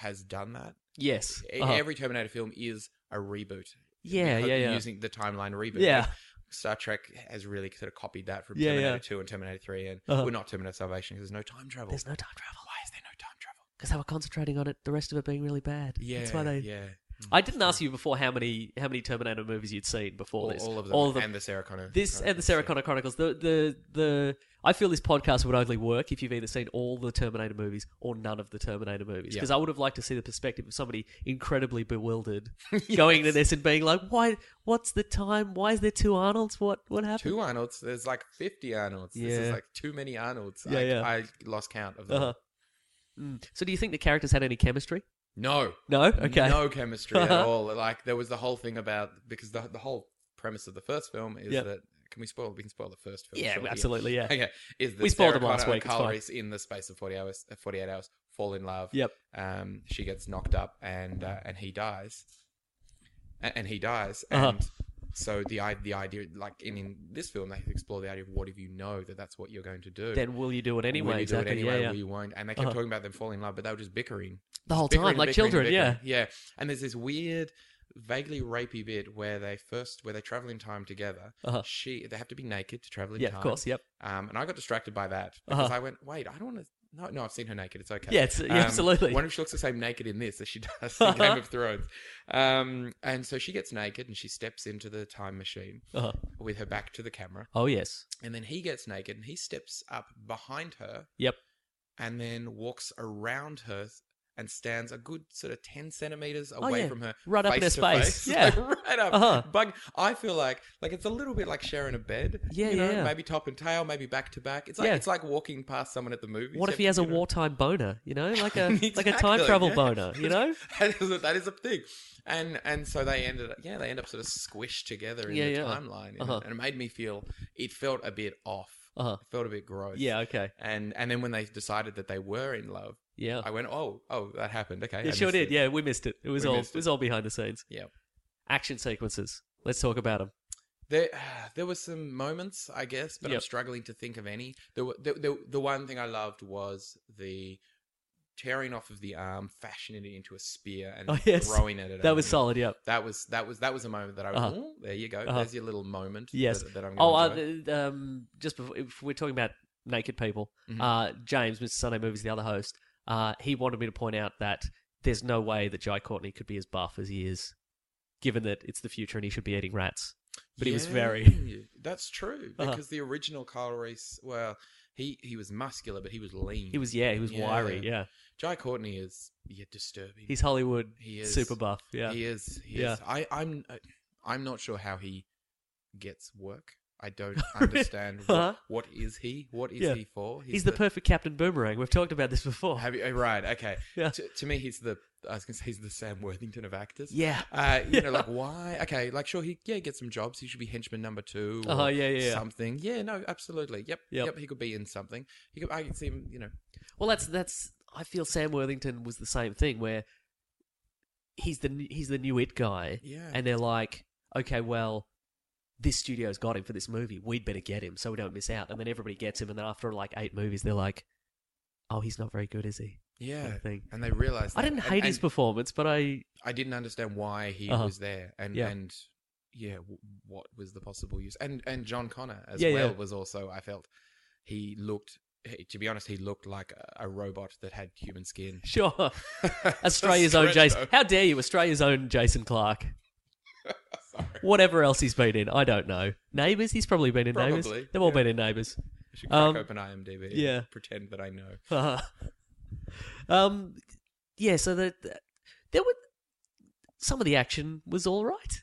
has done that.
Yes.
E-
Uh-huh.
Every Terminator film is a reboot.
Yeah,
Because-
yeah, yeah.
Using the timeline reboot.
Yeah.
Star Trek has really sort of copied that from
Yeah, yeah.
Terminator 2 and Terminator 3, and
Uh-huh.
we're not Terminator Salvation because there's no time travel.
There's no time travel.
Why is there no time travel?
Because they were concentrating on it, the rest of it being really bad.
Yeah.
That's why they.
Yeah.
I didn't ask you before how many how many Terminator movies you'd seen before
All,
this.
all of them. And the Sarah Connor.
this and the
Chronicles,
Sarah
yeah.
Connor Chronicles. The the the I feel this podcast would only work if you've either seen all the Terminator movies or none of the Terminator movies.
Yeah.
Because I would have liked to see the perspective of somebody incredibly bewildered going to this and being like, "Why? What's the time? Why is there two Arnold's? What what happened?"
Two Arnolds. There's like 50 Arnolds. This
Yeah.
is like too many Arnolds.
Yeah,
I,
yeah.
I lost count of them.
Uh-huh. Mm. So, do you think the characters had any chemistry?
No.
No. Okay.
No chemistry at
Uh-huh.
all. Like, there was the whole thing about, because the, the whole premise of the first film is
Yep.
that. Can we spoil? We can spoil the first film.
Yeah,
surely.
absolutely, yeah.
Okay. Is that
We spoiled
Sarah
them last
Connor
week,
and
it's
Kyle
fine.
Reese in the space of forty hours, uh, forty-eight hours, fall in love.
Yep.
Um, she gets knocked up and uh, and he dies. and, and he dies.
Uh-huh.
And so the i- the idea, like in, in this film, they explore the idea of what if you know that that's what you're going to do.
Then will you do it
Will you
anyway?
do
exactly.
it anyway,
yeah, yeah.
will you won't. And they kept
Uh-huh.
talking about them falling in love, but they were just bickering
The whole
Bickering
time,
and
like
bickering and
children. Yeah.
bickering. yeah. And there's this weird, vaguely rapey bit where they first where they travel in time together.
Uh-huh.
She they have to be naked to travel in
Yeah, of
time.
course, yep.
Um, and I got distracted by that because
Uh-huh.
I went, wait, I don't want to. No, no, I've seen her naked. It's okay.
Yeah, it's- yeah,
Um,
absolutely.
Wonder if she looks the same naked in this as she does in Game of Thrones. Um, and so she gets naked and she steps into the time machine
Uh-huh.
with her back to the camera.
Oh yes.
And then he gets naked and he steps up behind her
Yep.
and then walks around her and stands a good sort of 10 centimeters
Oh,
away
yeah.
from her.
Right up in
face
her
to
space.
face.
Yeah.
Like, right up.
Uh-huh.
Bug. I feel like like it's a little bit like sharing a bed.
Yeah,
you know,
yeah.
Maybe top and tail, maybe back to back. It's like
Yeah.
it's like walking past someone at the movies.
What if he has
except,
a
you know-
wartime boner? You know, like a like a time
Exactly,
travel
yeah.
boner. You know.
that, is a, that is a thing, and and so they ended up, yeah, they end up sort of squished together in
Yeah,
the
yeah.
timeline, you know,
Uh-huh.
and it made me feel it felt a bit off,
Uh-huh.
it felt a bit gross,
Yeah. Okay.
and and then when they decided that they were in love,
Yeah.
I went, oh, oh, that happened, okay, I
It sure
missed
did.
it.
Yeah, we missed it. It was
We
all
missed
it was all behind the scenes.
yeah.
Action sequences. Let's talk about them.
There, there were some moments, I guess, but I'm
Yep.
struggling to think of any. There were, the, the, the one thing I loved was the tearing off of the arm, fashioning it into a spear, and
Oh, yes.
throwing it. At
That was
Odin.
solid. Yeah.
That was that was that was a moment that I was.
Uh-huh.
"Ooh, there you go.
Uh-huh.
There's your little moment.
Yes.
That, that I'm.
Oh,
Gonna
uh,
enjoy.
th- um, just before if we're talking about naked people,
Mhm.
uh, James, Mr. Sunday Movies, the other host, uh, he wanted me to point out that there's no way that Jai Courtney could be as buff as he is, given that it's the future and he should be eating rats. but he was very-
That's true
Uh-huh.
because the original Kyle Reese. Well, he he was muscular, but he was lean.
He was, yeah, he was
Yeah.
wiry, yeah.
Jai Courtney is yeah disturbing.
He's Hollywood
He is.
super buff, yeah.
He is. He
Yeah.
is. I, I'm. uh, I'm not sure how he gets work. I don't understand.
Huh?
what, what is he? What is
Yeah.
he for?
He's, the, perfect Captain Boomerang. We've talked about this before.
Have you, oh, right. Okay.
Yeah.
To, to me, he's the. I was gonna say he's the Sam Worthington of actors.
Yeah.
Uh, you
Yeah.
know, like why? Okay, like sure, he yeah gets some jobs. He should be henchman number two. Or
Uh-huh, yeah, yeah, yeah.
Something. Yeah. No. Absolutely. Yep.
Yep.
Yep. He could be in something. He could. I can see him. You know.
Well, that's that's. I feel Sam Worthington was the same thing where he's the he's the new it guy,
Yeah.
and they're like, okay, well, this studio's got him for this movie. We'd better get him so we don't miss out. And then everybody gets him, and then after like eight movies, they're like, oh, he's not very good, is he?
Yeah.
of thing.
And they realize.
I didn't hate his performance, but I
I didn't understand why he
Uh-huh.
was there, and
Yeah.
and yeah, w- what was the possible use? And and John Connor as
Yeah,
well
yeah.
was also. I felt he looked. he- To be honest, he looked like a, a robot that had human skin.
sure Australia's own
Stretch,
Jason.
though.
How dare you, Australia's own Jason Clark?
Sorry.
Whatever else he's been in, I don't know. Neighbours, he's probably been in Neighbours.
Probably,
They've all
yeah.
been in Neighbours.
I should crack
Um,
open IMDb. and
yeah.
pretend that I know.
um, yeah. So that there were some of the action was all right.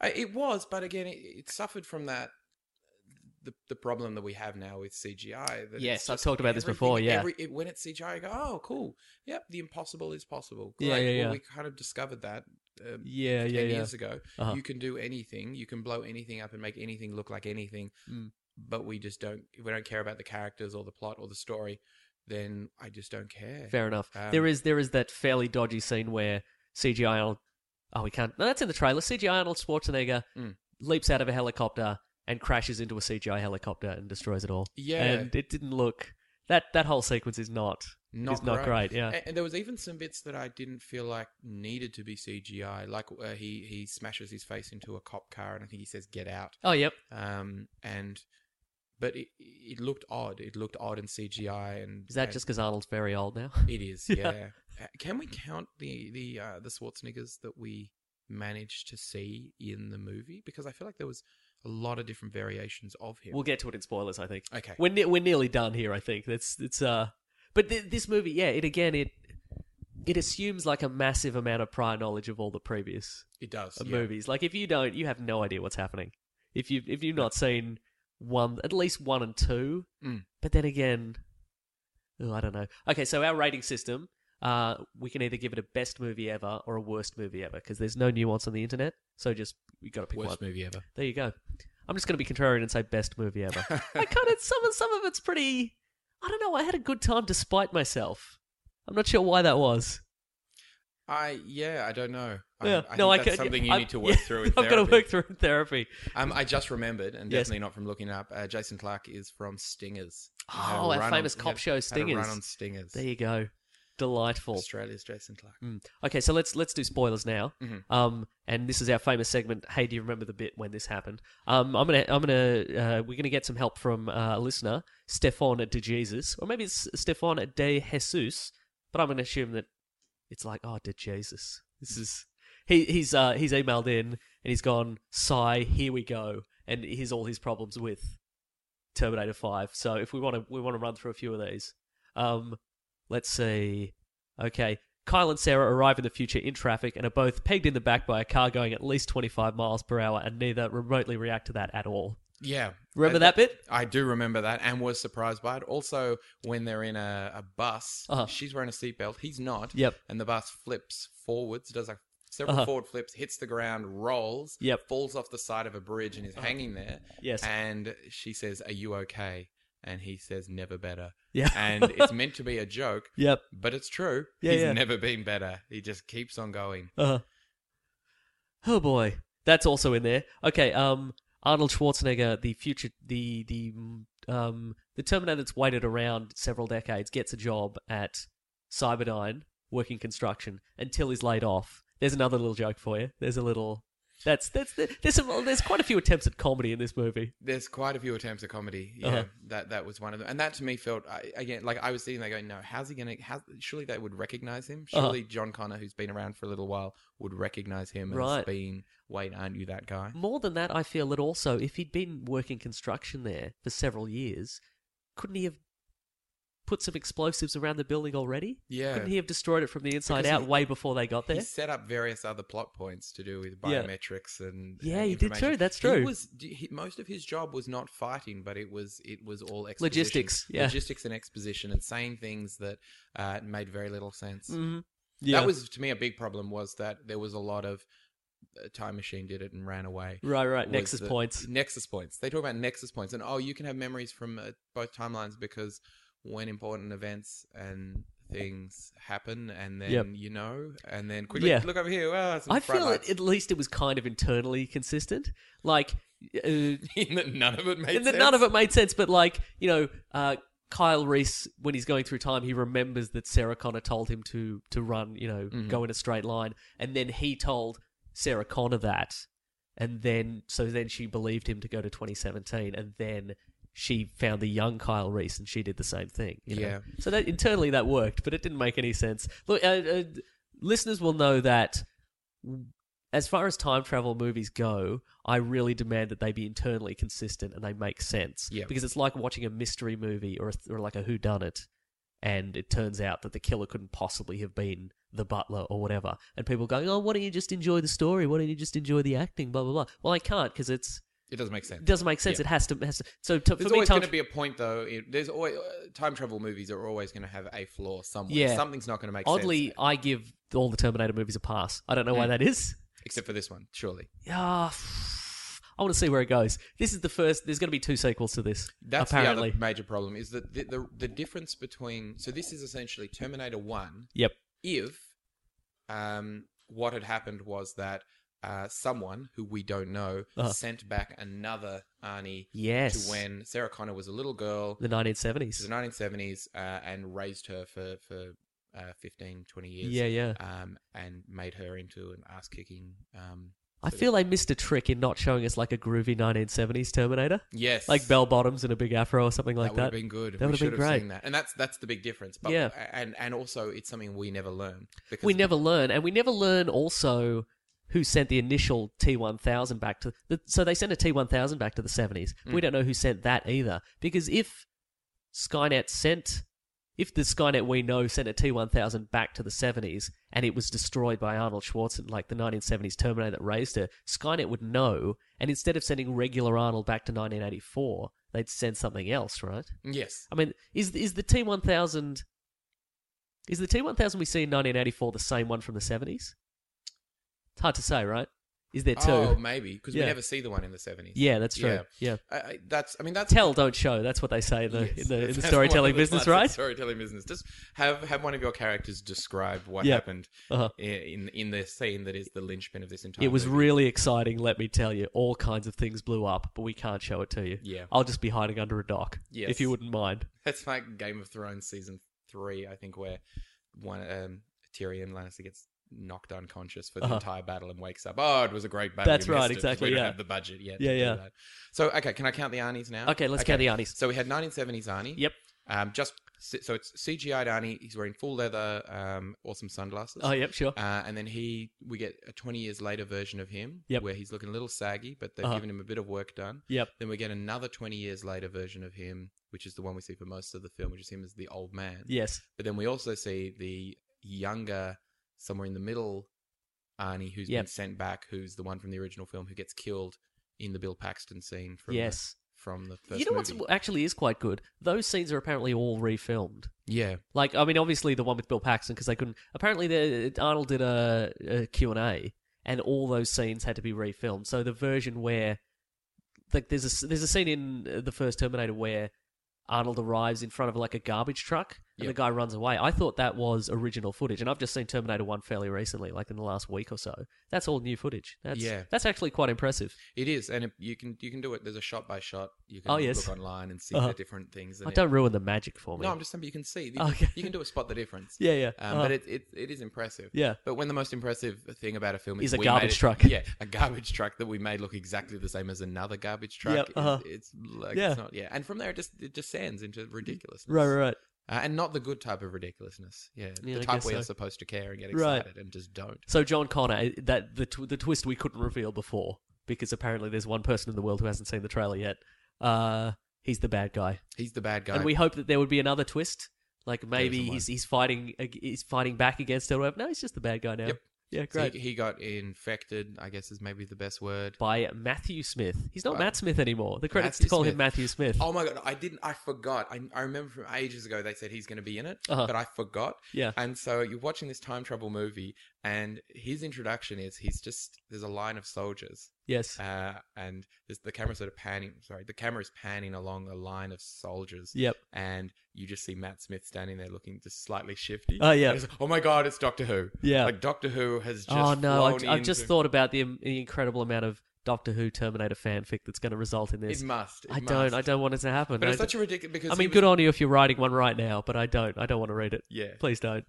I, it was, but again, it, it suffered from that the, the problem that we have now with CGI. That it's
Yes, I've
just
talked about this
everything-
before, yeah.
every- it- when it's CGI, you go, oh, cool. Yep, the impossible is possible.
Yeah,
Like,
yeah,
well,
yeah.
We kind of discovered that. Um,
Yeah,
10
yeah, yeah.
years ago,
Uh-huh.
you can do anything. You can blow anything up and make anything look like anything.
Mm.
But we just don't. We don't care about the characters or the plot or the story. Then I just don't care.
Fair enough.
Um,
there is there is that fairly dodgy scene where CGI Arnold. Oh, we can't. No, that's in the trailer. CGI Arnold Schwarzenegger
Mm.
leaps out of a helicopter and crashes into a CGI helicopter and destroys it all.
Yeah.
and it didn't look. That, that whole sequence is not
not Eh.
is not great. Yeah,
and, and there was even some bits that I didn't feel like needed to be CGI. Like uh, he he smashes his face into a cop car, and I think he says "get out."
Oh, yep.
Um, and but it it looked odd. It looked odd in CGI. And
Is that
and
just because Arnold's very old now?
It is.
Yeah.
yeah. Uh, Can we count the the uh, the Schwarzeneggers that we managed to see in the movie? Because I feel like there was a lot of different variations of him.
We'll get to it in spoilers, I think.
Okay.
We're ne- we're nearly done here, I think. That's it's uh but th- this movie, yeah, it again it it assumes like a massive amount of prior knowledge of all the previous
it does.
uh,
yeah.
movies. Like if you don't, you have no idea what's happening. If you if you've not seen one at least one and two,
Mm.
but then again, oh, I don't know. Okay, so our rating system, uh, we can either give it a best movie ever or a worst movie ever because there's no nuance on the internet. So just you got to pick one.
Worst movie ever.
There you go. I'm just going to be contrarian and say best movie ever. I kind of some of some of it's pretty. I don't know. I had a good time despite myself. I'm not sure why that was.
I yeah, I don't know.
Yeah.
I, I
no,
think
I
that's
could-
something you
I-
need to work
yeah,
through. In
I've got to
therapy.
work through in therapy.
Um, I just remembered, and
Yes.
definitely not from looking up. Uh, Jason Clark is from Stingers. He had a
Oh, our
run
famous
on,
cop
had-
show
had a
Stingers.
run on Stingers.
There you go. Delightful.
Australia's Jason Clark.
Mm. Okay, so let's let's do spoilers now.
Mhm.
Um, and this is our famous segment. Hey, do you remember the bit when this happened? Um, I'm gonna I'm gonna uh, we're gonna get some help from uh, a listener, Stefan de Jesus, or maybe it's Stefan de Jesus, but I'm gonna assume that it's like oh de Jesus. This is he he's uh, he's emailed in and he's gone sigh. Here we go, and here's all his problems with Terminator Five. So if we want to we want to run through a few of these. Um, let's see. Okay. Kyle and Sarah arrive in the future in traffic and are both pegged in the back by a car going at least 25 miles per hour, and neither remotely react to that at all.
Yeah.
Remember
I-
that bit?
I do remember that and was surprised by it. Also, when they're in a, a bus,
Uh-huh.
she's wearing a seatbelt, he's not.
Yep.
And the bus flips forwards, does like several
Uh-huh.
forward flips, hits the ground, rolls,
Yep. Uh-huh.
falls off the side of a bridge and is hanging there.
Yes.
And she says, Are you okay? And he says, Never better.
Yeah.
and it's meant to be a joke,
Yep.
but it's true.
Yeah,
he's
yeah.
never been better. He just keeps on going.
Uh, oh boy, that's also in there. Okay, um, Arnold Schwarzenegger, the future, the the um, the Terminator that's waited around several decades, gets a job at Cyberdyne working construction until he's laid off. There's another little joke for you. There's a little. That's that's there's some, there's quite a few attempts at comedy in this movie.
There's quite a few attempts at comedy. Yeah,
Uh-huh.
that that was one of them, and that to me felt I, again like I was sitting there going, "No, how's he gonna? How, surely they would recognize him.
Uh-huh.
Surely John Connor, who's been around for a little while, would recognize him
Right. Mm,
as being. Wait, aren't you that guy?
More than that, I feel that also if he'd been working construction there for several years, couldn't he have put some explosives around the building already?
Yeah.
Couldn't he have destroyed it from the inside
Because
out
he-
way before they got there?
He set up various other plot points to do with
Yeah.
biometrics and
Yeah,
and
he did
information.
too, that's
He
true.
was d- he, most of his job was not fighting, but it was it was all exposition.
Logistics, yeah.
logistics and exposition, and saying things that uh, made very little sense.
Mhm. Yeah.
That was to me a big problem was that there was a lot of uh, time machine did it and ran away.
Right, right.
was
Nexus
the-
points.
Nexus points. They talk about nexus points, and oh, you can have memories from uh, both timelines because when important events and things happen, and then
Yep.
you know, and then quickly
Yeah.
look over here. Ah, some
I
bright
feel
lights.
it, at least it was kind of internally consistent. Like, uh, and
In that none of it made
that
sense.
none of it made sense, but like, you know, uh, Kyle Reese, when he's going through time, he remembers that Sarah Connor told him to to run, you know,
Mm-hmm.
go in a straight line, and then he told Sarah Connor that, and then so then she believed him to go to 2017, and then she found the young Kyle Reese, and she did the same thing. you know?
Yeah.
So that internally that worked, but it didn't make any sense. Look, uh, uh, listeners will know that as far as time travel movies go, I really demand that they be internally consistent and they make sense.
Yeah.
Because it's like watching a mystery movie or a, or like a whodunit, and it turns out that the killer couldn't possibly have been the butler or whatever. And people going, "Oh, why don't you just enjoy the story? Why don't you just enjoy the acting?" Blah blah blah. Well, I can't because it's
It doesn't make sense.
it doesn't make sense.
Yeah.
It has to it has to. So to, for
There's
me,
always
time
going to be a point, though. It, there's always uh, time travel movies are always going to have a flaw somewhere.
Yeah.
something's not going to make
oddly,
sense.
I give all the Terminator movies a pass. I don't know why
Mm.
that is.
except for this one, surely.
Ah, I want to see where it goes. This is the first. There's going to be two sequels to this.
That's
apparently.
the other major problem is that the, the the difference between so this is essentially Terminator One.
Yep.
If um, what had happened was that uh, someone who we don't know
Uh-huh.
sent back another Arnie
Yes.
to when Sarah Connor was a little girl
The 1970s.
to the 1970s uh, and raised her for for uh, 15 20 years
Yeah, yeah.
um, and made her into an ass kicking um,
I feel they missed a trick in not showing us like a groovy 1970s Terminator,
yes
like bell bottoms and a big afro or something like
would
that.
have been good.
That
we
would have
should
been
have
great.
seen that, and that's that's the big difference. But
Yeah.
and and also it's something we never learn because
We never learn, and we never learn also who sent the initial T1000 back to. The, so they sent a T1000 back to the 70s. but We
Mm.
don't know who sent that either, because if Skynet sent, if the Skynet we know sent a T1000 back to the 70s and it was destroyed by Arnold Schwarzenegger, like the 1970s Terminator that raised her, Skynet would know, and instead of sending regular Arnold back to 1984, they'd send something else, right?
Yes,
I mean, is is the T one thousand? Is the T one thousand we see in nineteen eighty four the same one from the seventies? It's hard to say, right? Is there two?
oh maybe because
Yeah.
we never see the one in the seventies.
yeah, that's true. Yeah.
I, I, that's I mean that's
Tell, don't show. That's what they say in the
Yes.
in the, in
That's
the
one
storytelling
of the
business,
classic
right?
Storytelling business. Just have have one of your characters describe what
Yeah.
happened
Uh-huh.
i- in in the scene that is the linchpin of this entire.
It was
movie.
really exciting, let me tell you. All kinds of things blew up, but we can't show it to you.
Yeah.
I'll just be hiding under a dock,
Yes.
if you wouldn't mind.
That's like Game of Thrones season three, I think, where one um, Tyrion Lannister gets knocked unconscious for the
Uh-huh.
entire battle and wakes up. Oh, it was a great battle.
That's
we
right,
missed it 'cause
exactly,
We
yeah.
don't have the budget yet.
Yeah,
to do
yeah.
that. So, okay, can I count the Arnies now?
Okay, let's count the Arnies.
So we had 1970s Arnie.
Yep.
Um, just so it's CGI Arnie. He's wearing full leather, um, awesome sunglasses.
Oh, yep, sure.
Uh, and then he, we get a 20 years later version of him,
Yep.
where he's looking a little saggy, but they've
Uh-huh.
given him a bit of work done.
Yep.
Then we get another 20 years later version of him, which is the one we see for most of the film, which is him as the old man.
Yes.
But then we also see the younger, somewhere in the middle, Arnie, who's
Yep.
been sent back, who's the one from the original film who gets killed in the Bill Paxton scene from
Yes.
the, from the first
You know
movie.
what actually is quite good? Those scenes are apparently all refilmed.
yeah,
Like, I mean, obviously the one with Bill Paxton because they couldn't. Apparently, the, Arnold did a, a Q and A, and all those scenes had to be refilmed. So the version where, like, there's a s- there's a scene in uh, the first Terminator where Arnold arrives in front of like a garbage truck and
Yep.
the guy runs away. I thought that was original footage, and I've just seen Terminator One fairly recently, like in the last week or so. That's all new footage. That's,
Yeah.
that's actually quite impressive.
it is, and it, you can you can do it. There's a shot by shot. You can
Oh, yes.
look online and see
Uh-huh.
the different things.
Oh,
and it-
don't ruin the magic for me.
No, I'm just saying, but you can see. You,
Okay.
you can do a spot the difference.
Yeah, yeah.
Um,
Uh-huh.
But it, it it is impressive.
Yeah.
But when the most impressive thing about a film is,
Is a
we made
garbage
it-
truck.
Yeah, a garbage truck that we made look exactly the same as another garbage truck.
Yep,
is-
uh-huh.
It's, like
Yeah.
it's not. Yeah. And from there, it just it just sands into ridiculousness.
right, right, right.
Uh, and not the good type of ridiculousness. Yeah.
Yeah, I
the type
guess
where you're
so.
supposed to care and get
Right.
excited and just don't.
So John Connor, eh, that the tw- the twist we couldn't reveal before because apparently there's one person in the world who hasn't seen the trailer yet. Uh, he's the bad guy,
He's the bad guy.
and we hope that there would be another twist. Like maybe
isn't
he's he's fighting ag- he's fighting back against it. or whatever. No, he's just the bad guy now.
Yep.
Yeah,
So
great.
he, he got infected, I guess is maybe the best word.
By Matthew Smith. He's not
By-
Matt Smith anymore. The credits
Matthew
call him
Smith.
Matthew Smith.
Oh my god, I didn't. I forgot. I, I remember from ages ago they said he's going to be in it,
Uh-huh.
but I forgot.
Yeah.
And so you're watching this time travel movie, and his introduction is he's just there's a line of soldiers,
yes.
uh, and there's, the camera sort of panning. Sorry, the camera is panning along a line of soldiers.
Yep.
And you just see Matt Smith standing there looking just slightly shifty.
Oh, yeah.
And it's like, oh my god, it's Doctor Who.
Yeah.
Like Doctor Who has just.
oh no! I,
flown
I've just
into-
thought about the, the incredible amount of Doctor Who Terminator fanfic that's going to result in this.
It must. it
I don't.
must.
I don't want it to happen.
But it's
I-
such a ridiculous because
I
he
mean,
was-
good on you if you're writing one right now, but I don't. I don't want to read it.
Yeah.
Please don't.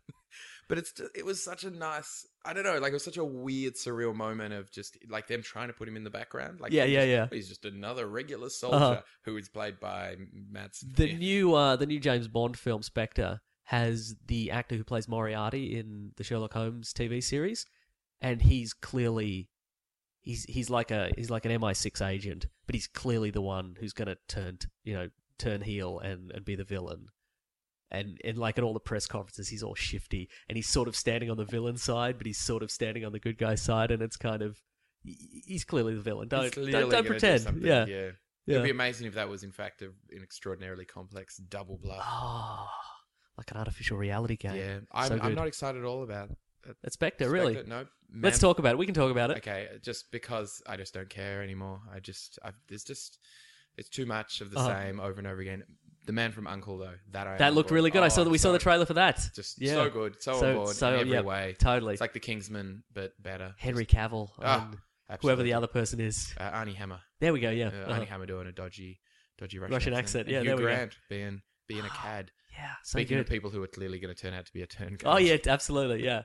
But it's ju- it was such a nice I don't know like it was such a weird surreal moment of just like them trying to put him in the background like
Yeah,
he's
yeah,
just-
yeah. Uh-huh.
he's just another regular soldier who is played by Matt Smith.
The new uh, the new James Bond film Spectre has the actor who plays Moriarty in the Sherlock Holmes TV series, and he's clearly he's he's like a he's like an MI6 agent, but he's clearly the one who's going to turn t- you know turn heel and and be the villain. And, and like at all the press conferences, he's all shifty, and he's sort of standing on the villain side, but he's sort of standing on the good guy side, and it's kind of he- he's clearly the villain.
He's
Don't
clearly
don't,
gonna
don't
do
pretend.
something,
yeah,
yeah.
yeah.
It'd be amazing if that was in fact a, an extraordinarily complex double bluff.
Oh, like an artificial reality game.
yeah, I'm,
so
I'm
good.
not excited at all about it.
That's Spectre, really.
Spectre, No,
Let's
Man-
talk about it. We can talk about it.
Okay, uh, just because I just don't care anymore. I just I've, there's just it's too much of the
Uh-huh.
same over and over again. The man from Uncle though that I am
That
on
looked
board.
really good. I
Oh,
saw that.
I'm
We saw the
so-
trailer for that.
Just
yeah.
so good, so, on board in every
yeah,
way.
Totally.
It's like the Kingsman, but better.
Henry
Just-
Cavill,
Ah,
um,
absolutely.
whoever the other person is.
uh, Arnie Hammer,
There we go. Yeah.
uh,
Uh-huh.
Arnie Hammer doing a dodgy, dodgy Russian,
Russian accent,
accent. And
yeah,
Hugh
there we go.
Grant being being a cad.
yeah. So
Speaking
good.
of people who are clearly going to turn out to be a turncoat.
oh yeah, absolutely. Yeah.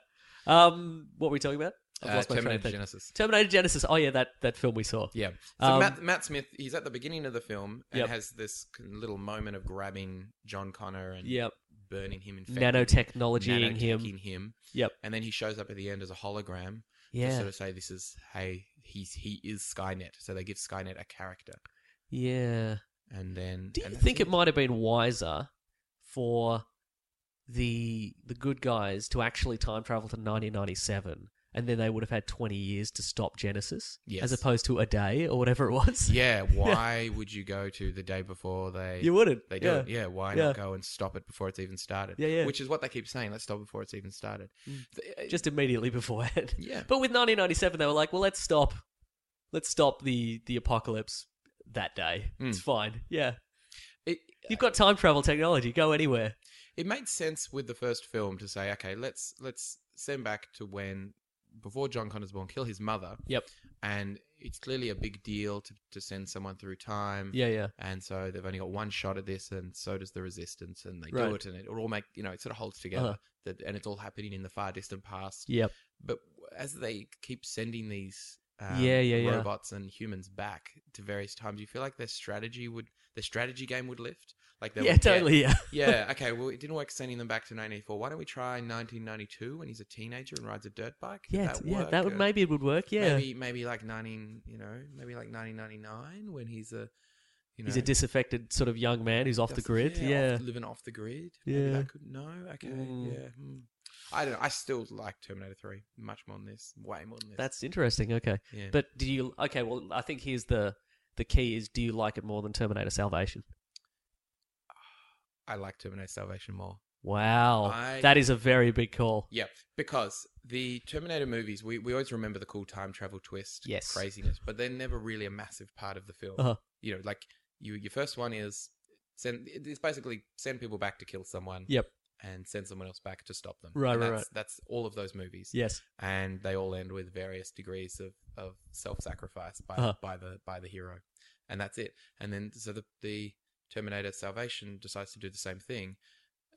Um, what were we talking about? I've
uh,
lost my train of
Terminator
thought.
Genesis.
Terminator Genesis. Oh yeah, that that film we saw.
Yeah. So
Um,
Matt, Matt Smith, he's at the beginning of the film and
Yep.
has this c- little moment of grabbing John Connor and
Yep.
burning him, infecting him,
Nanotechnologying him.
nanoteching him.
Yep.
And then he shows up at the end as a hologram.
Yeah.
to sort of say this is hey he's he is Skynet. So they give Skynet a character,
Yeah.
and then
Do you
and that's
think it might have been wiser for the the good guys to actually time travel to 1997, and then they would have had 20 years to stop Genesis,
Yes.
as opposed to a day or whatever it was?
Yeah, why would you go to the day before they
you wouldn't.
they do
yeah.
it? Yeah, why
Yeah.
not go and stop it before it's even started?
Yeah, yeah.
Which is what they keep saying. Let's stop before it's even started. Th- uh,
Just immediately beforehand.
Yeah.
But with 1997, they were like, well, let's stop, let's stop the the apocalypse that day.
Hmm.
It's fine. Yeah.
it,
You've got time travel technology. Go anywhere.
it made sense with the first film to say okay let's let's send back to when before John Connor's born, kill his mother,
Yep.
and it's clearly a big deal to, to send someone through time.
Yeah. Yeah.
and so they've only got one shot at this, and so does the resistance, and they
Right.
do it, and it all make you know it sort of holds together,
Uh-huh.
that, and it's all happening in the far distant past.
Yep.
But as they keep sending these um,
Yeah, yeah, yeah.
robots and humans back to various times, you feel like their strategy would their strategy game would lift. Like they
Yeah.
would get-
Totally. Yeah.
yeah, okay. Well, it didn't work sending them back to 1984. Why don't we try 1992 when he's a teenager and rides a dirt bike? Did
Yeah. yeah.
work?
That would
Uh,
maybe it would work. Yeah.
Maybe maybe like 19, you know, maybe like 1999 when he's a you know
He's a disaffected sort of young man who's off the
just-
grid. Yeah.
off- living off the grid.
Yeah.
Maybe that could no. Okay.
Mm.
Yeah. hmm. I don't know. I still like Terminator 3 much more than this, way more than this.
That's interesting. Okay,
Yeah.
but do you? Okay, well, I think here's the the key is: do you like it more than Terminator Salvation?
I like Terminator Salvation more.
Wow,
I-
that is a very big call.
Yeah, because the Terminator movies, we, we always remember the cool time travel twist,
Yes.
craziness, but they're never really a massive part of the film.
Uh-huh.
You know, like you, your first one is send. It's basically send people back to kill someone,
Yep.
and send someone else back to stop them.
Right,
And
right,
that's, That's all of those movies,
Yes.
and they all end with various degrees of, of self sacrifice by
Uh-huh.
by the by the hero, and that's it. And then so the the Terminator Salvation decides to do the same thing.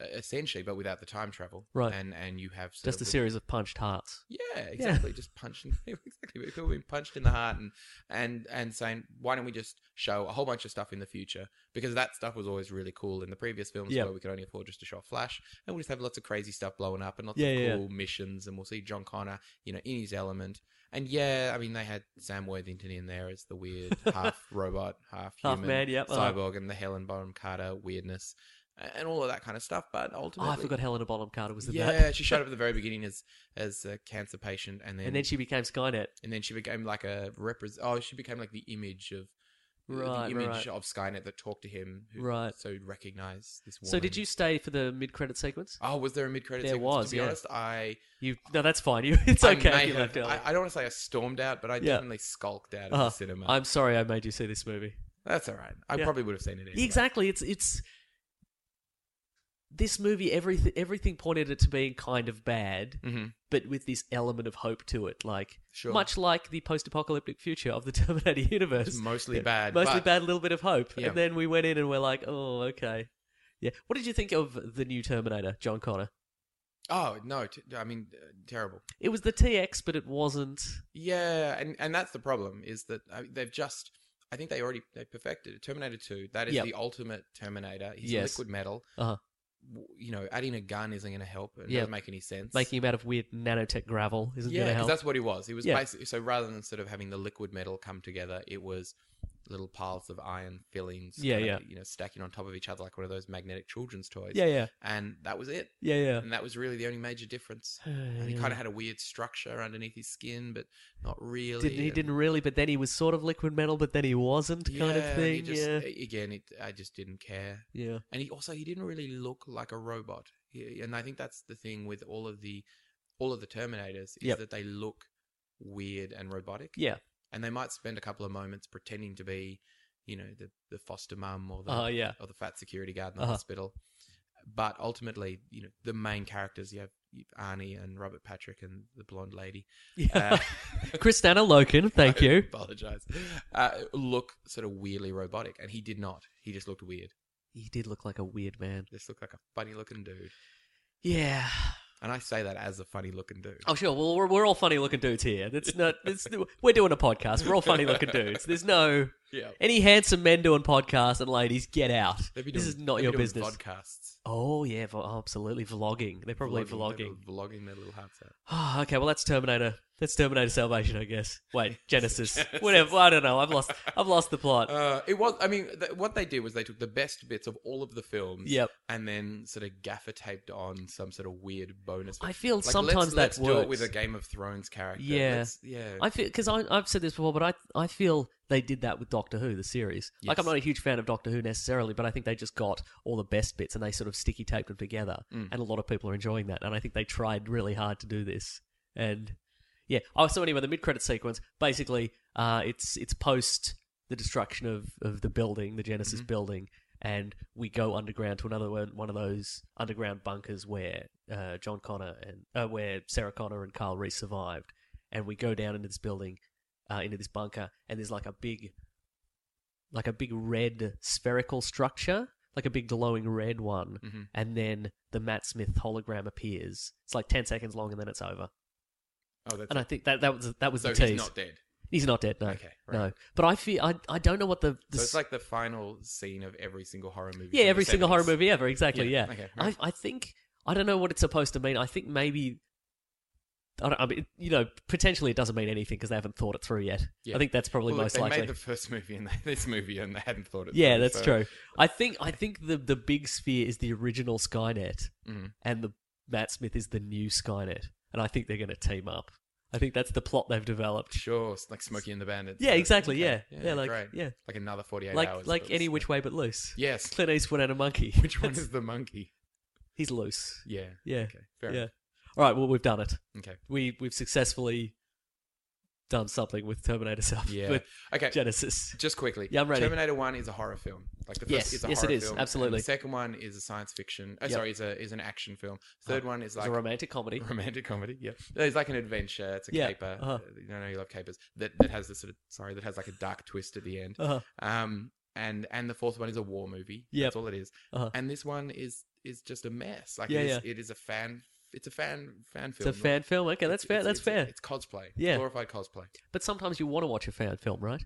uh, Essentially, but without the time travel,
Right.
And and you have sort
Just a
of the-
series of punched hearts.
yeah, exactly. Just punching exactly people being punched in the heart and and and saying, why don't we just show a whole bunch of stuff in the future? Because that stuff was always really cool in the previous films
Yeah.
where we could only afford just to show a flash, and we'll just have lots of crazy stuff blowing up and lots
Yeah,
of
yeah, yeah.
cool missions, and we'll see John Connor, you know, in his element. And yeah, I mean, they had Sam Worthington in there as the weird half robot, half
Half
human
man, yep, uh-huh.
cyborg, and the Helen Bonham Carter weirdness, a- and all of that kind of stuff. But
Oh,
ultimately,
I forgot Helena Bonham Carter was in
yeah,
that.
she showed up at the very beginning as as a cancer patient, and then
and then she became Skynet.
and then she became like a repres. Oh, she became like the image of
Right,
the image
right.
of Skynet that talked to him, who,
Right.
So he'd recognize this. Woman.
So did you stay for the mid-credit sequence?
Oh, was there a mid credit?
There
sequence?
was,
To be
yeah.
honest, I
You no, that's fine. You, it's
I
okay.
may
if You
have-
left out.
I, I don't want to say I stormed out, but I
Yeah.
definitely skulked out of
Uh-huh.
the cinema.
I'm sorry, I made you see this movie.
That's all right. I
Yeah.
probably would have seen it anyway.
Exactly. It's it's this movie. Everything everything pointed it to being kind of bad,
hmm
but with this element of hope to it, like
Sure.
much like the post-apocalyptic future of the Terminator universe.
It's mostly
Yeah,
bad,
Mostly
but-
bad. A little bit of hope,
Yeah.
and then we went in and we're like, oh, okay. Yeah. What did you think of the new Terminator, John Connor?
Oh no! T- I mean, uh, terrible.
It was the TX, but it wasn't.
Yeah, and and that's the problem is that uh, they've just I think they already they perfected it. Terminator Two. That is
Yep.
the ultimate Terminator. He's
Yes.
liquid metal.
Uh-huh.
W- You know, adding a gun isn't going to help. It
Yeah.
doesn't make any sense.
Making him out of weird nanotech gravel isn't
yeah,
going to
because
help.
that's what he was. He was
Yeah.
basically so rather than sort of having the liquid metal come together, it was little piles of iron fillings.
Yeah,
kinda,
yeah.
You know, stacking on top of each other like one of those magnetic children's toys.
Yeah, yeah,
and that was it.
yeah, yeah.
And that was really the only major difference. And he
Yeah.
kind of had a weird structure underneath his skin, but not really.
Didn't, he
and-
didn't really, but then he was sort of liquid metal, but then he wasn't, kind of
and he
thing.
just-
yeah,
a- Again, it, I just didn't care.
yeah,
And he also he didn't really look like a robot. He, and I think that's the thing with all of the all of the Terminators is
Yep.
that they look weird and robotic.
yeah.
And they might spend a couple of moments pretending to be, you know, the, the foster mum or the
Oh, yeah.
or the fat security guard in the
Uh-huh.
hospital. But ultimately, you know, the main characters you have you have Arnie and Robert Patrick and the blonde lady.
yeah.
Uh,
Christina Loken, thank
I
you.
Apologize. Uh, look sort of weirdly robotic, and he did not. He just looked weird.
He did look like a weird man.
Just looked like a funny looking dude.
Yeah.
And I say that as a funny looking dude.
Oh, sure. Well, we're, we're all funny looking dudes here. That's not. It's, we're doing a podcast. We're all funny looking dudes. There's no
yeah.
any handsome men doing podcasts and ladies. Get out.
They'd be
This
doing-
is not
they'd be
your
doing
business.
Podcasts.
Oh yeah, vo- oh, absolutely vlogging. They're probably
They'd
vlogging.
be Vlogging their little hearts out.
Ah, okay, well that's Terminator. That's Terminator Salvation, I guess. Wait, Genesis. Whatever. I don't know. I've lost. I've lost the plot.
Uh, it was. I mean, th- what they did was they took the best bits of all of the films,
Yep.
and then sort of gaffer taped on some sort of weird bonus.
I feel
Like,
sometimes
let's,
that
let's do
works.
it with a Game of Thrones character.
Yeah.
Let's- yeah.
I feel because I've said this before, but I I feel they did that with Doctor Who, the series. Like
Yes.
I'm not a huge fan of Doctor Who necessarily, but I think they just got all the best bits and they sort of sticky taped them together, and a lot of people are enjoying that. And I think they tried really hard to do this. And yeah, oh, so anyway, the mid credit sequence basically uh, it's it's post the destruction of of the building, the Genesis building. And we go underground to another one one of those underground bunkers where uh, John Connor and uh, where Sarah Connor and Carl Reese survived, and we go down into this building, uh, into this bunker, and there's like a big, like a big red spherical structure, like a big glowing red one,
Mhm.
and then the Matt Smith hologram appears. It's like ten seconds long, and then it's over.
oh, that's
And I think that that was that was
so
the tease.
he's not dead.
He's not dead. No,
Okay, right.
no. But I feel I I don't know what the, the
So
s-
it's like the final scene of every single horror movie.
yeah
from the
every single horror
70s.
movie ever exactly yeah.
Yeah, okay, right.
I I think I don't know what it's supposed to mean. I think maybe. I, don't, I mean, you know, potentially it doesn't mean anything because they haven't thought it through yet.
Yeah.
I think that's probably
Well, look,
most
they
likely.
made the first movie and this movie, and they hadn't thought it.
Yeah,
through,
that's
so-
true. I think I think the the big sphere is the original Skynet,
Mhm.
and the Matt Smith is the new Skynet, and I think they're going to team up. I think that's the plot they've developed.
Sure, it's like Smokey and the Bandit.
Yeah, exactly, yeah. Yeah, like-
great.
yeah.
like another forty-eight
Like
hours.
like
but
any
it's-
which way but loose.
Yes.
Clint Eastwood and a monkey.
Which one is the monkey?
He's loose.
Yeah.
Yeah.
Okay. Fair
yeah.
enough.
All right. Well, we've done it.
Okay.
We we've successfully done something with Terminator Self.
Yeah.
With
Okay.
Genesis.
Just quickly,
Yeah, I'm ready.
Terminator One is a horror film. Like the first
Yes,
is a
yes, it
horror
is,
film, and
absolutely.
the second one is a science fiction. Oh,
Yep.
sorry, is a is an action film. Third one is
It's
like
a romantic comedy.
romantic comedy. Yeah, it's like an adventure. It's a
Yeah,
caper. Uh,
uh-huh.
You know, you love capers that that has this sort of sorry that has like a dark twist at the end.
Uh-huh.
Um, and and the fourth one is a war movie.
Yep.
that's all it is.
Uh-huh.
And this one is is just a mess. Like
Yeah,
it, is,
yeah.
it is a fan. It's a fan fan
It's
film.
a fan film. Okay, that's fair. That's fair.
it's cosplay.
Yeah.
Yeah, glorified cosplay.
but sometimes you want to watch a fan film, right?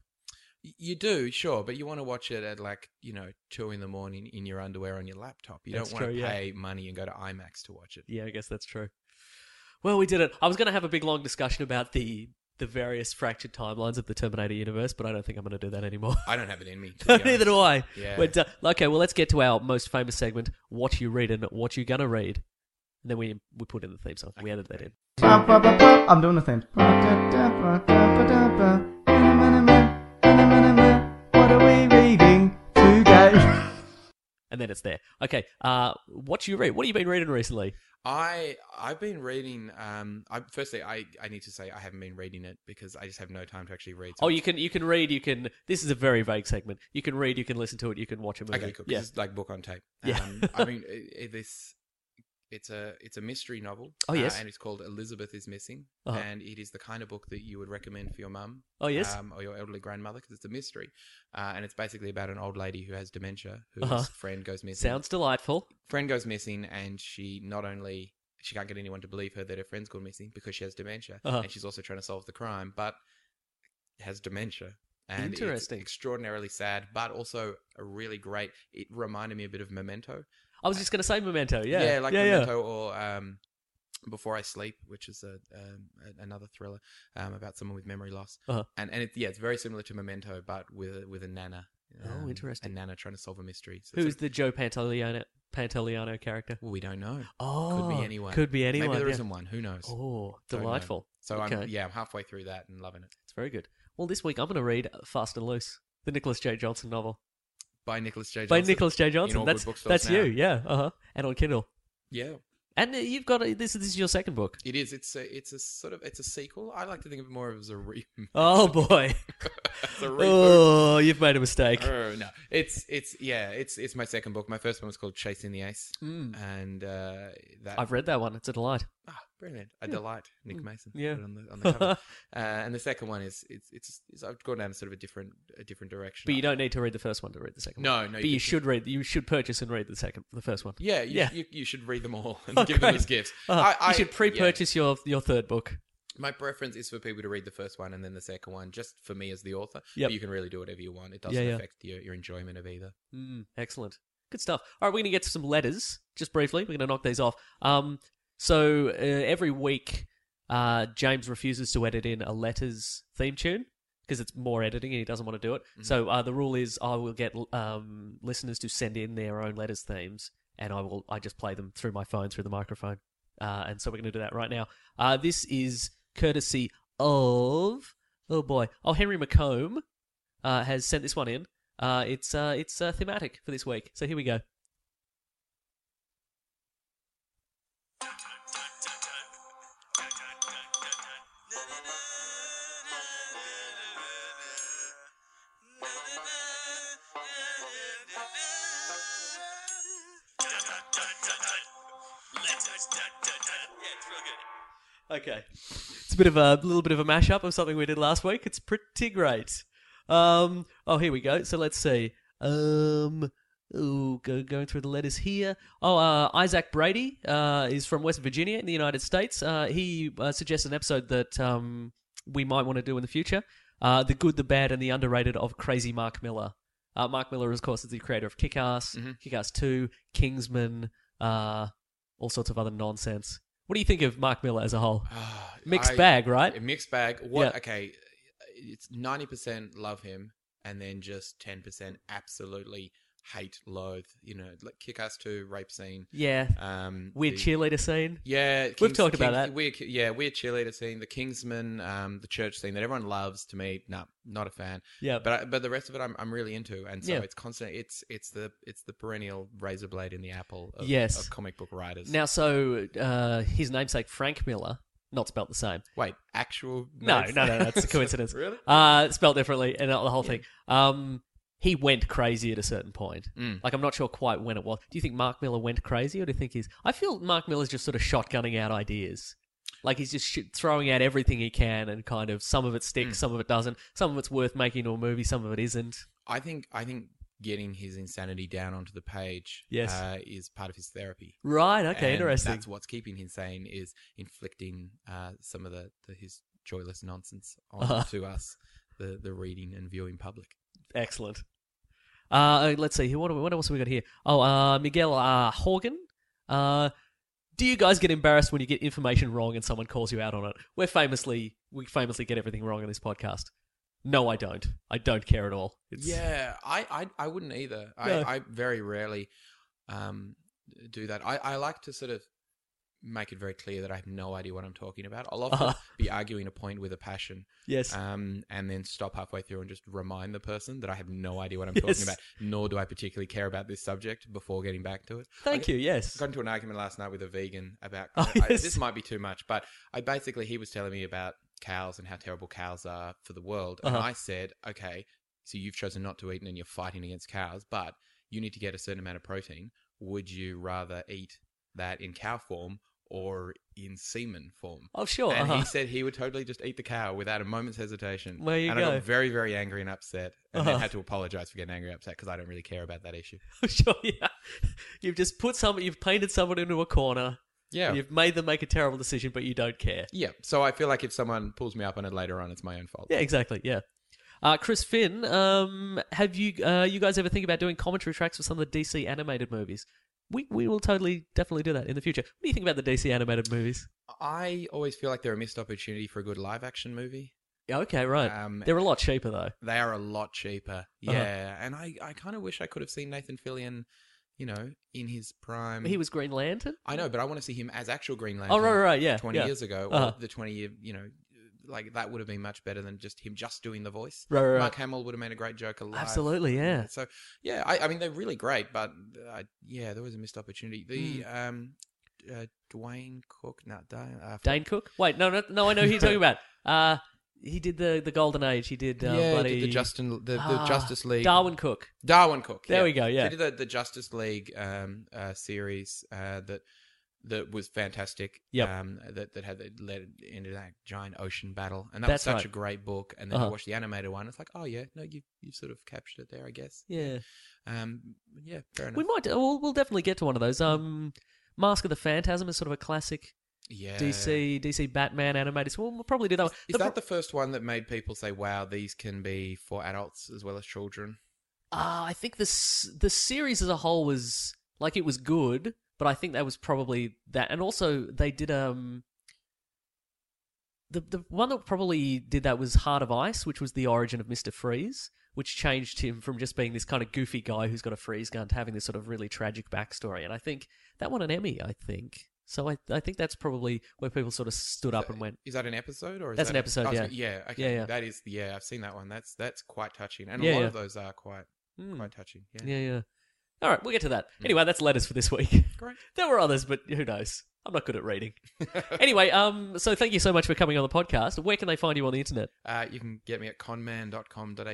Y- You do, sure, but you want to watch it at like you know two in the morning in your underwear on your laptop. You
That's
don't want
true,
to
yeah.
pay money and go to IMAX to watch it.
Yeah, I guess that's true. Well, we did it. I was going to have a big long discussion about the the various fractured timelines of the Terminator universe, but I don't think I'm going to do that anymore.
I don't have it in me. to be honest.
Neither do I.
Yeah.
But uh, okay, well, let's get to our most famous segment: what you read and what you gonna read. And then we we put in the theme song. We added that in.
I'm doing the thing. What are we reading today?
and then it's there. Okay, uh, what you read? What have you been reading recently?
I I've been reading. Um, I, firstly, I I need to say I haven't been reading it because I just have no time to actually read.
Oh, you can you can read. You can. This is a very vague segment. You can read. You can listen to it. You can watch a movie.
Okay, cool.
Yeah.
This is like book on tape.
Yeah.
Um, I mean, i i this it's a it's a mystery novel. uh,
Oh, yes.
and it's called Elizabeth is Missing,
Uh-huh.
and it is the kind of book that you would recommend for your mum.
Oh, yes.
um, or your elderly grandmother because it's a mystery, uh, and it's basically about an old lady who has dementia whose
Uh-huh.
friend goes missing.
Sounds delightful.
friend goes missing, and she not only she can't get anyone to believe her that her friend's gone missing because she has dementia,
Uh-huh.
and she's also trying to solve the crime, but has dementia. And it's
Interesting.
extraordinarily sad, but also a really great. It reminded me a bit of Memento.
I was just going to say Memento. Yeah,
like
yeah,
Memento or um, Before I Sleep, which is a, um, a- another thriller um, about someone with memory loss.
Uh-huh.
And and it, yeah, it's very similar to Memento, but with a- with a nana. um,
Oh, interesting.
A nana trying to solve a mystery. So
Yeah.
it's
Who's
a-
the Joe Pantoliano Pantoliano character?
well, we don't know.
Oh,
could be anyone.
Could be anyone.
Maybe there
yeah.
not one. Who knows?
Oh,
Don't know.
delightful.
So
Okay.
I'm yeah, I'm halfway through that and loving it.
It's very good. Well, this week I'm going to read Fast and Loose, the Nicholas J. Johnson novel
By Nicholas J.
by
Johnson.
Nicholas J.
In all
Johnson.
good
That's
bookstores
that's
now.
you. Yeah. Uh huh. And on Kindle.
Yeah,
And uh, you've got a, this. This is your second book.
it is. It's a it's a sort of it's a sequel. I like to think of it more of as a re.
Oh boy.
it's a reboot.
oh, you've made a mistake.
Oh, no, it's it's yeah, it's it's my second book. My first one was called Chasing the Ace, and uh, that
Hmm. Mm. I've read that one. It's a delight.
ah, brilliant, a delight, Nick Mason. put
Yeah.
it on the, on the cover. uh, and the second one is it's it's, it's I've gone down sort of a different a different direction.
But you don't need to read the first one to read the second
No,
one.
no, you
But you
can-
should read. You should purchase and read the second, the first one.
Yeah, you,
yeah.
You, you should read them all and
Oh,
give them
great.
as gifts.
Uh-huh.
I- I-
you should
yeah.
pre-purchase your your third book.
My preference is for people to read the first one and then the second one, just for me as the author.
Yep.
But you can really do whatever you want. It doesn't
Yeah, yeah.
affect your, your enjoyment of either.
Mm, excellent. Good stuff. All right, we're going to get to some letters just briefly. We're going to knock these off. Um, so uh, every week, uh, James refuses to edit in a letters theme tune because it's more editing and he doesn't want to do it. So uh, the rule is I will get um, listeners to send in their own letters themes and I will I just play them through my phone through the microphone. Uh, and so we're going to do that right now. Uh, this is courtesy of oh boy, oh Henry McComb uh, has sent this one in. Uh, it's uh, it's uh, thematic for this week. So here we go. Okay, it's a bit of a little bit of a mashup of something we did last week. It's pretty great. Um, oh, here we go. So let's see. Um, ooh, go, going through the letters here. Oh, uh, Isaac Brady uh, is from West Virginia in the United States. Uh, he uh, suggests an episode that um, we might want to do in the future: uh, the good, the bad, and the underrated of Crazy Mark Miller. Uh, Mark Miller, of course, is the creator of Kick-Ass,
Mm-hmm.
Kick-Ass Two, Kingsman, uh, all sorts of other nonsense. What do you think of Mark Miller as a whole? Mixed
I-
bag, right?
A mixed bag. What?
Yeah.
Okay. It's 90% love him and then just 10% absolutely hate, loathe, you know, like Kick Ass 2, rape scene.
Yeah.
Um,
Weird
the-
cheerleader scene.
Yeah,
talked about that.
Weird, yeah, weird cheerleader scene, the Kingsman, um, the church scene that everyone loves. To me, nah, not a fan.
Yeah.
but I, but the rest of it, I'm, I'm really into, and so
Yeah.
it's constant. It's it's the it's the perennial razor blade in the apple. Of,
Yes.
of comic book writers.
Now, so uh, his namesake Frank Miller, not spelled the same.
wait, actual
No,
name-
no, no, that's a coincidence.
really?
Uh, spelled differently and the whole thing. Um, he went crazy at a certain point. Like, I'm not sure quite when it was. Do you think Mark Miller went crazy, or do you think he's? I feel Mark Miller's just sort of shotgunning out ideas. Like he's just sh- throwing out everything he can, and kind of some of it sticks, some of it doesn't, some of it's worth making into a movie, some of it isn't.
I think I think getting his insanity down onto the page,
Yes.
uh, is part of his therapy.
Right? Okay,
And
interesting.
That's what's keeping him sane is inflicting uh, some of the, the his joyless nonsense
Uh-huh.
onto us, the the reading and viewing public.
Excellent. Uh, let's see. What, do we- what else have we got here? Oh, uh, Miguel uh, Horgan. Uh, do you guys get embarrassed when you get information wrong and someone calls you out on it? We're famously we famously get everything wrong on this podcast. No, I don't. I don't care at all. It's,
Yeah, I, I I wouldn't either. I,
No.
I very rarely um, do that. I, I like to sort of make it very clear that I have no idea what I'm talking about. I'll often
Uh-huh.
be arguing a point with a passion,
Yes.
um, and then stop halfway through and just remind the person that I have no idea what I'm
Yes.
talking about, nor do I particularly care about this subject before getting back to it.
Thank you. Yes.
got into an argument last night with a vegan about
Oh,
I-
yes.
this might be too much, but I basically he was telling me about cows and how terrible cows are for the world, and
Uh-huh.
I said, okay, so you've chosen not to eat and you're fighting against cows, but you need to get a certain amount of protein. Would you rather eat that in cow form or in semen form?
Oh, sure.
And
uh-huh.
he said he would totally just eat the cow without a moment's hesitation.
There you
and I
go.
got very, very angry and upset, and then
Uh-huh.
had to apologize for getting angry and upset because I don't really care about that issue.
sure. Yeah. You've just put some. You've painted someone into a corner.
Yeah,
and You've made them make a terrible decision, but you don't care.
Yeah, so I feel like if someone pulls me up on it later on, it's my own fault.
Yeah, exactly. Yeah. Uh, Chris Finn, um, have you uh, you guys ever think about doing commentary tracks for some of the DC animated movies? We we will totally definitely do that in the future. What do you think about the DC animated movies?
I always feel like they're a missed opportunity for a good live action movie.
Yeah, okay, right.
Um,
They're Uh-huh. a lot cheaper though.
They are a lot cheaper. Yeah, and I, I kind of wish I could have seen Nathan Fillion, you know, in his prime.
He was Green Lantern.
I know, but I want to see him as actual Green Lantern.
Oh right, right, right, yeah.
Twenty
yeah.
years ago,
Uh-huh.
or the twenty year, you know, like that would have been much better than just him just doing the voice.
Right, right, right.
Mark Hamill would have made a great Joker. Live.
Absolutely, yeah.
So yeah, I, I mean they're really great, but uh, yeah, there was a missed opportunity. The
Hmm.
um, uh, Dwayne Cook, not Dwayne. Uh,
Dane Cook. Wait, no, no, no. I know who you're talking about. Uh, he did the the Golden Age. He did uh,
yeah, he
bloody
did the Justin, the, the
Ah,
Justice League.
Darwin Cook.
Darwin Cook.
There we go, yeah.
So he did the, the Justice League um, uh, series uh, that that was fantastic.
Yep.
Um, that that had that led into that giant ocean battle, and that
That's
was such
right.
a great book. And then
Uh-huh.
I watched the animated one. It's like, oh yeah, no, you you sort of captured it there, I guess.
Yeah.
Um, yeah, fair enough.
We might. We'll, we'll definitely get to one of those. Um, Mask of the Phantasm is sort of a classic
yeah.
DC DC Batman animated. So we'll, we'll probably do that. One.
Is that the first one that made people say, "Wow, these can be for adults as well as children"?
Uh, I think this the series as a whole was like it was good, but I think that was probably that. And also they did um. The, the one that probably did that was Heart of Ice, which was the origin of Mister Freeze, which changed him from just being this kind of goofy guy who's got a freeze gun to having this sort of really tragic backstory. And I think that won an Emmy. I think so. I I think that's probably where people sort of stood up and went,
Is that an episode or is
That's
that
an episode,
oh, it's-
yeah.
yeah. Okay.
Yeah, yeah.
That is. Yeah, I've seen that one. That's that's quite touching, and
Yeah,
a lot
yeah.
of those are quite
Hmm.
quite touching. Yeah.
Yeah, yeah. All right, we'll get to that. Anyway, that's letters for this week.
Great.
There were others, but who knows? I'm not good at reading. anyway, um, so thank you so much for coming on the podcast. Where can they find you on the internet?
Uh, you can get me at conman.com.au.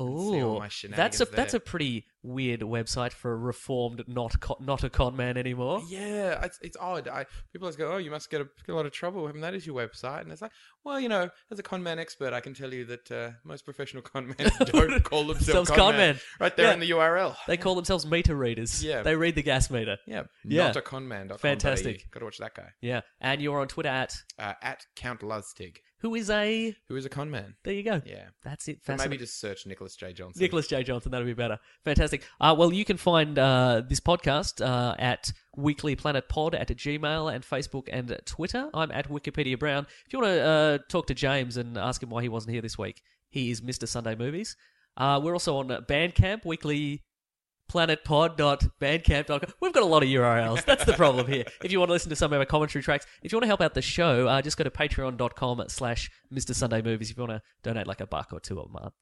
Oh, that's a that's a pretty weird website for a reformed, not co- not a con man anymore.
yeah. It's, it's odd. I people always go, oh, you must get a, get a lot of trouble having that as your website, and it's like, well, you know, as a con man expert, I can tell you that uh, most professional con men don't call themselves
Themselves
con,
con
men.
men.
Right there
Yeah.
in the URL.
They call themselves meter readers.
Yeah.
they read the gas meter.
Yeah,
Yeah.
not a conman.com.au.
Fantastic.
Got to watch that guy
Yeah, and you're on Twitter at
uh, at Count Lustig,
who is a
who is a con man.
there you go.
Yeah.
that's it.
So maybe
Fascinating.
just search Nicholas J. Johnson.
Nicholas J. Johnson, that'll be better. Fantastic. Uh, well, you can find uh, this podcast uh, at weeklyplanetpod at Gmail and Facebook and Twitter. I'm at Wikipedia Brown. If you want to uh, talk to James and ask him why he wasn't here this week, he is Mr. Sunday Movies. Uh, we're also on Bandcamp, Weekly planetpod.bandcamp.com. We've got a lot of URLs. That's the problem here. If you want to listen to some of our commentary tracks, if you want to help out the show, uh, just go to patreon.com slash Mr. Sunday Movies if you want to donate like a buck or two a month.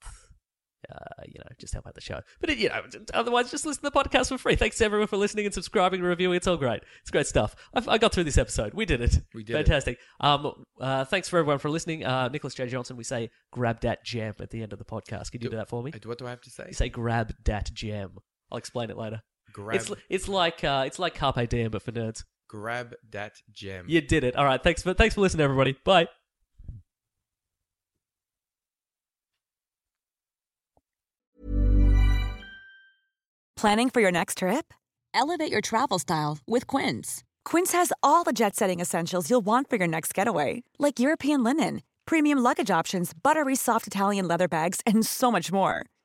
Uh, you know, just help out the show. But, it, you know, otherwise, just listen to the podcast for free. Thanks, everyone, for listening and subscribing and reviewing. It's all great. It's great stuff. I've, I got through this episode. We did it.
We did it.
Fantastic. Um, uh, thanks for everyone for listening. Uh, Nicholas J. Johnson, we say grab that jam at the end of the podcast. Can you do that for me?
What do I have to say?
You say grab that gem. I'll explain it later.
Grab,
It's it's like uh, it's like carpe diem but for nerds.
grab that gem.
You did it. All right. Thanks for thanks for listening, everybody. Bye.
Planning for your next trip? Elevate your travel style with Quince. Quince has all the jet setting essentials you'll want for your next getaway, like European linen, premium luggage options, buttery soft Italian leather bags, and so much more.